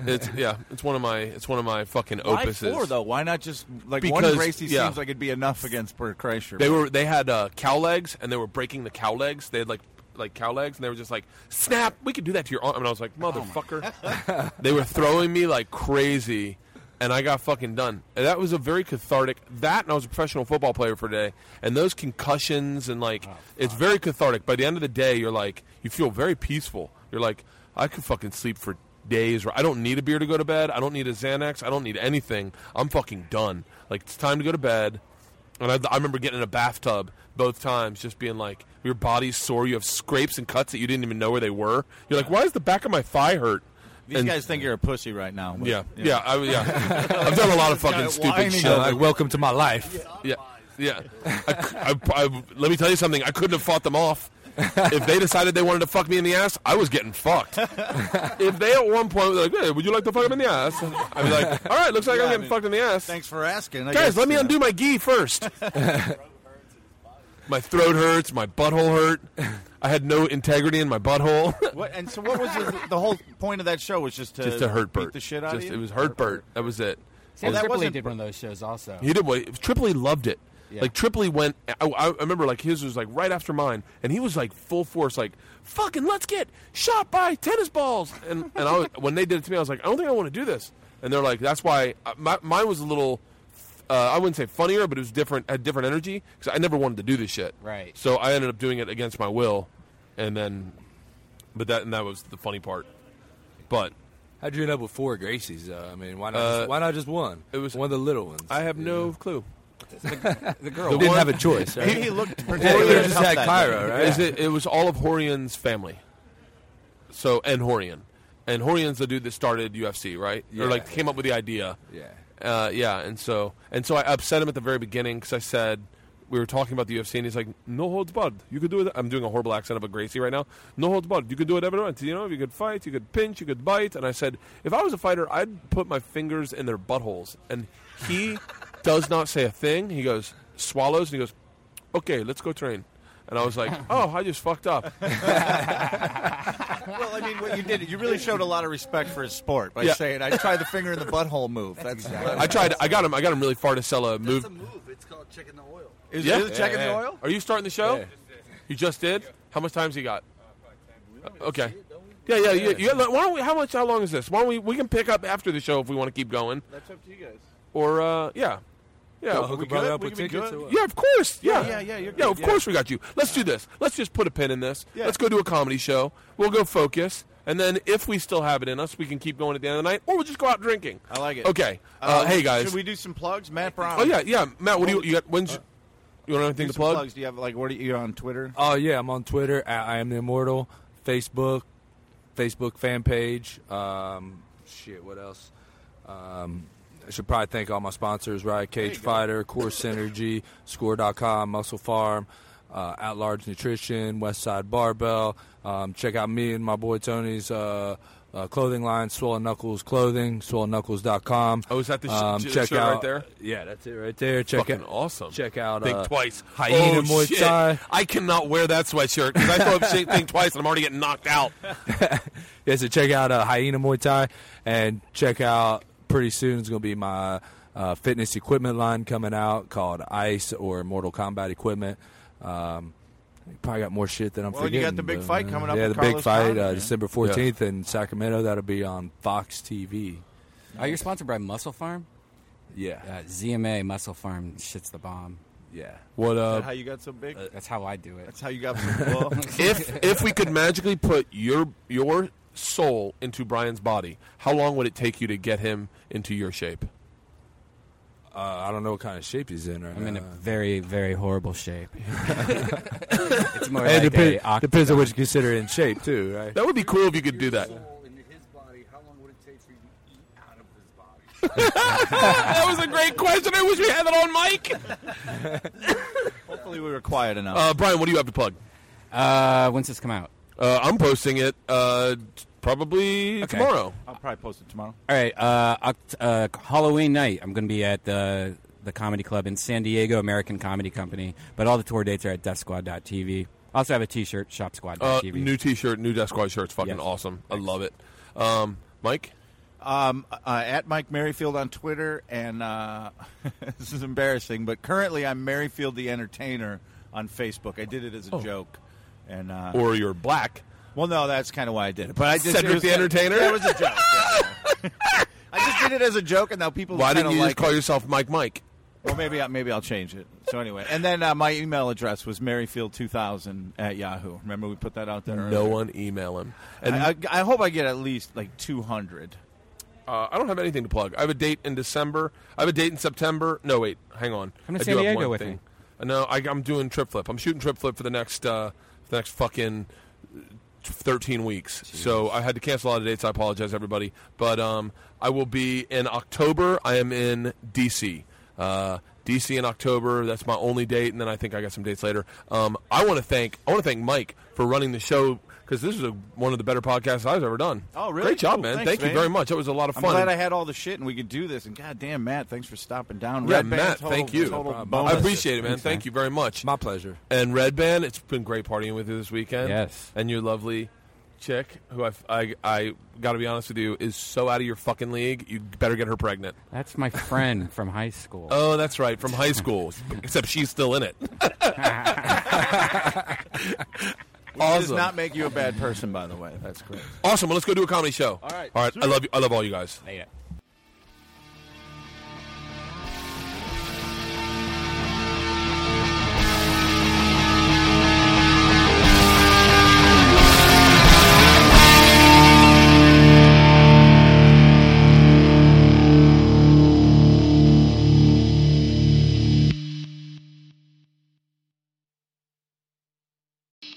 S3: It's yeah. It's one of my it's one of my fucking
S4: Why
S3: opuses.
S4: four though? Why not just like
S3: Because-
S4: one Gracie
S3: yeah.
S4: seems like it'd be enough against Bert Kreischer?
S3: They were they had uh, cow legs, and they were breaking the cow legs. They had like like cow legs, and they were just like, snap, we could do that to your arm. And I was like, motherfucker. they were throwing me like crazy, and I got fucking done. And that was a very cathartic. That, and I was a professional football player for a day. And those concussions, and like, it's very cathartic. By the end of the day, you're like, you feel very peaceful. You're like, I could fucking sleep for days where I don't need a beer to go to bed. I don't need a Xanax. I don't need anything. I'm fucking done. Like, it's time to go to bed. And I, I remember getting in a bathtub both times, just being like, your body's sore. You have scrapes and cuts that you didn't even know where they were. You're like, why is the back of my thigh hurt?
S4: These
S3: And-
S4: guys think you're a pussy right now. but-
S3: yeah, yeah, I, yeah. I've done a lot of fucking
S4: guy
S3: stupid
S4: whining
S3: shit.
S6: uh, like, welcome to my life.
S3: yeah, yeah. I cou- I- I- let me tell you something. I couldn't have fought them off. if they decided they wanted to fuck me in the ass, I was getting fucked. if they at one point were like, "Hey, would you like to fuck him in the ass?" I'd be like, "All right, looks like
S4: Yeah,
S3: I'm
S4: I
S3: getting
S4: mean,
S3: fucked in the ass."
S4: Thanks for asking, I
S3: Guys,
S4: guess,
S3: let me
S4: you know.
S3: undo my gi first. my throat hurts. My butthole hurt. I had no integrity in my butthole.
S4: What, and so, what was the, the whole point of that show? Was just to
S3: Just to hurt
S4: beat
S3: Bert.
S4: the shit out
S3: Just,
S4: of you.
S3: It was hurt Bert. That was it.
S5: Sam
S4: that
S5: Tripoli
S4: wasn't-
S5: did one of those shows also.
S3: He did. Wait. Tripoli loved it.
S5: Yeah.
S3: Like Tripoli went. I, I remember like his was like right after mine, and he was like full force, like fucking let's get shot by tennis balls. And and I was, when they did it to me, I was like, I don't think I want to do this. And they're like, that's why uh, my, mine was a little. Uh, I wouldn't say funnier, but it was different. Had different energy because I never wanted to do this shit.
S5: Right.
S3: So I ended up doing it against my will, and then, but that and that was the funny part. But
S6: How'd you end up with four Gracies? Though? I mean, why not?
S3: Uh,
S6: just, why not just one?
S3: it was-
S6: one of the little ones.
S3: I have no clue.
S5: The girl.
S6: didn't have a choice. Right?
S4: Maybe he looked
S6: Yeah, you
S4: particularly
S6: just
S4: tough
S6: had
S4: that day.
S6: Cairo, right?
S3: Is it? It was all of Horian's family. So and Horian, and Horian's the dude that started UFC, right? or
S6: Yeah,
S3: like came up with the idea.
S6: Yeah.
S3: Uh, yeah, and so and so I upset him at the very beginning because I said we were talking about the UFC, and he's like, "No holds barred. You could do it." I'm doing a horrible accent of a Gracie right now. No holds barred. You could do whatever you want. You know, you could fight, you could pinch, you could bite. And I said, if I was a fighter, I'd put my fingers in their buttholes. And he does not say a thing. He goes swallows, and he goes, "Okay, let's go train." And I was like, "Oh, I just fucked up."
S4: Well, I mean, what you did, you really showed a lot of respect for his sport by
S3: Yeah.
S4: saying, "I tried the finger in the butthole move." That's
S3: I tried. I got him. I got him really far to sell a move.
S7: That's a move. It's called checking the oil.
S4: Is,
S3: Yeah.
S4: is it checking the oil?
S3: Are you starting the show? You just did. How much time's he got? Uh, Okay. Yeah, yeah, yeah. yeah. Why don't we? How much? How long is this? Why don't we? We can pick up after the show if we want to keep going.
S4: That's up to you guys.
S3: Or uh, yeah, yeah.
S6: hook
S3: Oh, we
S6: a brother
S3: good?
S6: up
S3: We
S6: with
S3: can be
S6: tickets
S3: good?
S6: or what?
S3: Yeah, of course. Yeah,
S4: yeah, yeah, you're
S3: yeah,
S4: good,
S3: of
S4: yeah.
S3: course we got you. Let's do this. Let's just put a pin in this.
S4: Yeah.
S3: Let's go do a comedy show. We'll go focus, and then if we still have it in us, we can keep going at the end of the night, or we'll just go out drinking.
S4: I like it. Um,
S3: Okay. Uh, hey guys.
S4: should we do some plugs, Matt Brown?
S3: Oh yeah, yeah. Matt, what do you? You got?
S6: uh,
S3: When's? you want anything
S4: do
S3: to
S4: some
S3: plug? Uh,
S4: plugs. Do you have like what are you you're on Twitter?
S6: Oh yeah, I'm on Twitter at I am the immortal, Facebook, Facebook fan page. Um, shit, what else? Um, I should probably thank all my sponsors: Riot Cage Fighter, Core Synergy, Score.com, Muscle Farm, uh, At Large Nutrition, West Side Barbell. Um, check out me and my boy Tony's uh, uh, clothing line, Swollen Knuckles Clothing, swollenknuckles.com.
S3: Oh, is that the sh-
S6: um,
S3: sh-
S6: check
S3: shirt
S6: out,
S3: right there?
S6: Yeah, that's it right there. Check
S3: Fucking
S6: out,
S3: awesome.
S6: Check out
S3: Think
S6: uh,
S3: Twice.
S6: Hyena
S3: oh,
S6: Muay
S3: shit.
S6: Thai.
S3: I cannot wear that sweatshirt because I throw up shit, Think Twice and I'm already getting knocked out.
S6: Yeah, so check out uh, Hyena Muay Thai and check out pretty soon it's going to be my uh, fitness equipment line coming out called ICE or Mortal Kombat Equipment. Um, probably got more shit that I'm
S4: Well, you
S6: forgetting.
S4: got the big
S6: but, uh,
S4: fight coming up
S6: Yeah, the
S4: with
S6: big
S4: Carlos
S6: fight
S4: Condit,
S6: uh,
S4: man.
S6: December 14th in Sacramento. That'll be on Fox TV.
S5: Are you sponsored by Muscle Farm?
S6: Yeah.
S5: Uh, ZMA Muscle Farm shit's the bomb.
S6: Yeah.
S3: What
S4: Is that
S3: uh,
S4: how you got so big?
S5: That's how I do it.
S4: That's how you got so well.
S3: if if we could magically put your your soul into Brian's body, how long would it take you to get him into your shape?
S6: Uh, I don't know what kind of shape he's in right
S5: I'm in
S6: now.
S5: a very, very horrible shape. it's more
S6: Hey,
S5: like
S6: depen-
S5: a oct-
S6: depends on what you consider in shape, too, right?
S3: That would be cool if you could do that.
S7: into his body, how long would it take for you to eat out of his body?
S3: That was a great question. I wish we had that on mic.
S4: Hopefully, we were quiet enough.
S3: Uh, Brian, what do you have to plug?
S5: Uh, when's this come out?
S3: Uh, I'm posting it uh, t- probably
S5: Okay.
S3: tomorrow.
S4: I'll probably post it tomorrow.
S5: All right, uh, Oct- uh, Halloween night. I'm going to be at the the comedy club in San Diego, American Comedy Company. But all the tour dates are at DeathSquad.tv. I also have a T-shirt,
S3: Uh,
S5: ShopSquad.tv.
S3: new T-shirt, new Death Squad shirt's fucking
S5: Yes.
S3: awesome. I love it. Um, Mike,
S4: Um, uh, at Mike Merrifield on Twitter, and uh, this is embarrassing, but currently I'm Merrifield the Entertainer on Facebook. I did it as a joke, and uh,
S3: Oh. or you're black.
S4: well, no, that's kind of why I did it. But I just,
S3: Cedric
S4: it was-
S3: the Entertainer?
S4: That was a joke. yeah. I just did it as a joke, and now people
S3: Why
S4: kind
S3: didn't
S4: of
S3: you
S4: like
S3: just call
S4: it.
S3: yourself Mike? Mike.
S4: Well, maybe I, maybe I'll change it. So anyway, and then uh, my email address was Merrifield2000 at Yahoo. Remember we put that out there.
S3: No one email him. And
S4: I, I, I hope I get at least like 200.
S3: Uh, I don't have anything to plug. I have a date in December. I have a date in September. No, wait, hang on.
S5: Come to
S3: I
S5: San
S3: do have
S5: Diego
S3: one
S5: with
S3: thing.
S5: me.
S3: Uh, No, I, I'm doing trip flip. I'm shooting trip flip for the next uh, for the next fucking uh, t- 13 weeks. So I had to cancel a lot of dates. I apologize, everybody. But um, I will be in October. I am in DC. Uh, DC in October. That's my only date, and then I think I got some dates later. Um, I want to thank I want to thank Mike for running the show because this is a, one of the better podcasts I've ever done.
S4: Oh, really?
S3: Great job,
S4: Cool.
S3: man!
S4: Thanks,
S3: thank you
S4: man.
S3: very much. That was a lot of
S4: I'm
S3: fun.
S4: glad I had all the shit and we could do this. And goddamn, Matt, thanks for stopping down.
S3: Yeah,
S4: Red Band,
S3: Matt,
S4: total-
S3: thank you.
S4: total
S3: I
S4: bonus.
S3: appreciate it, man. Thank you very much.
S6: My pleasure.
S3: And Red Band, it's been great partying with you this weekend.
S5: Yes.
S3: And your lovely chick, who I've, I, I got to be honest with you, is so out of your fucking league. You better get her pregnant.
S5: That's my friend from high school.
S3: Oh, that's right, from high school. Except she's still in it.
S4: It does
S3: awesome.
S4: not make you a bad person, by the way. That's great.
S3: awesome. Well, let's go do a comedy show. All
S4: right.
S3: All right. I love you. I love all you guys.
S5: Later.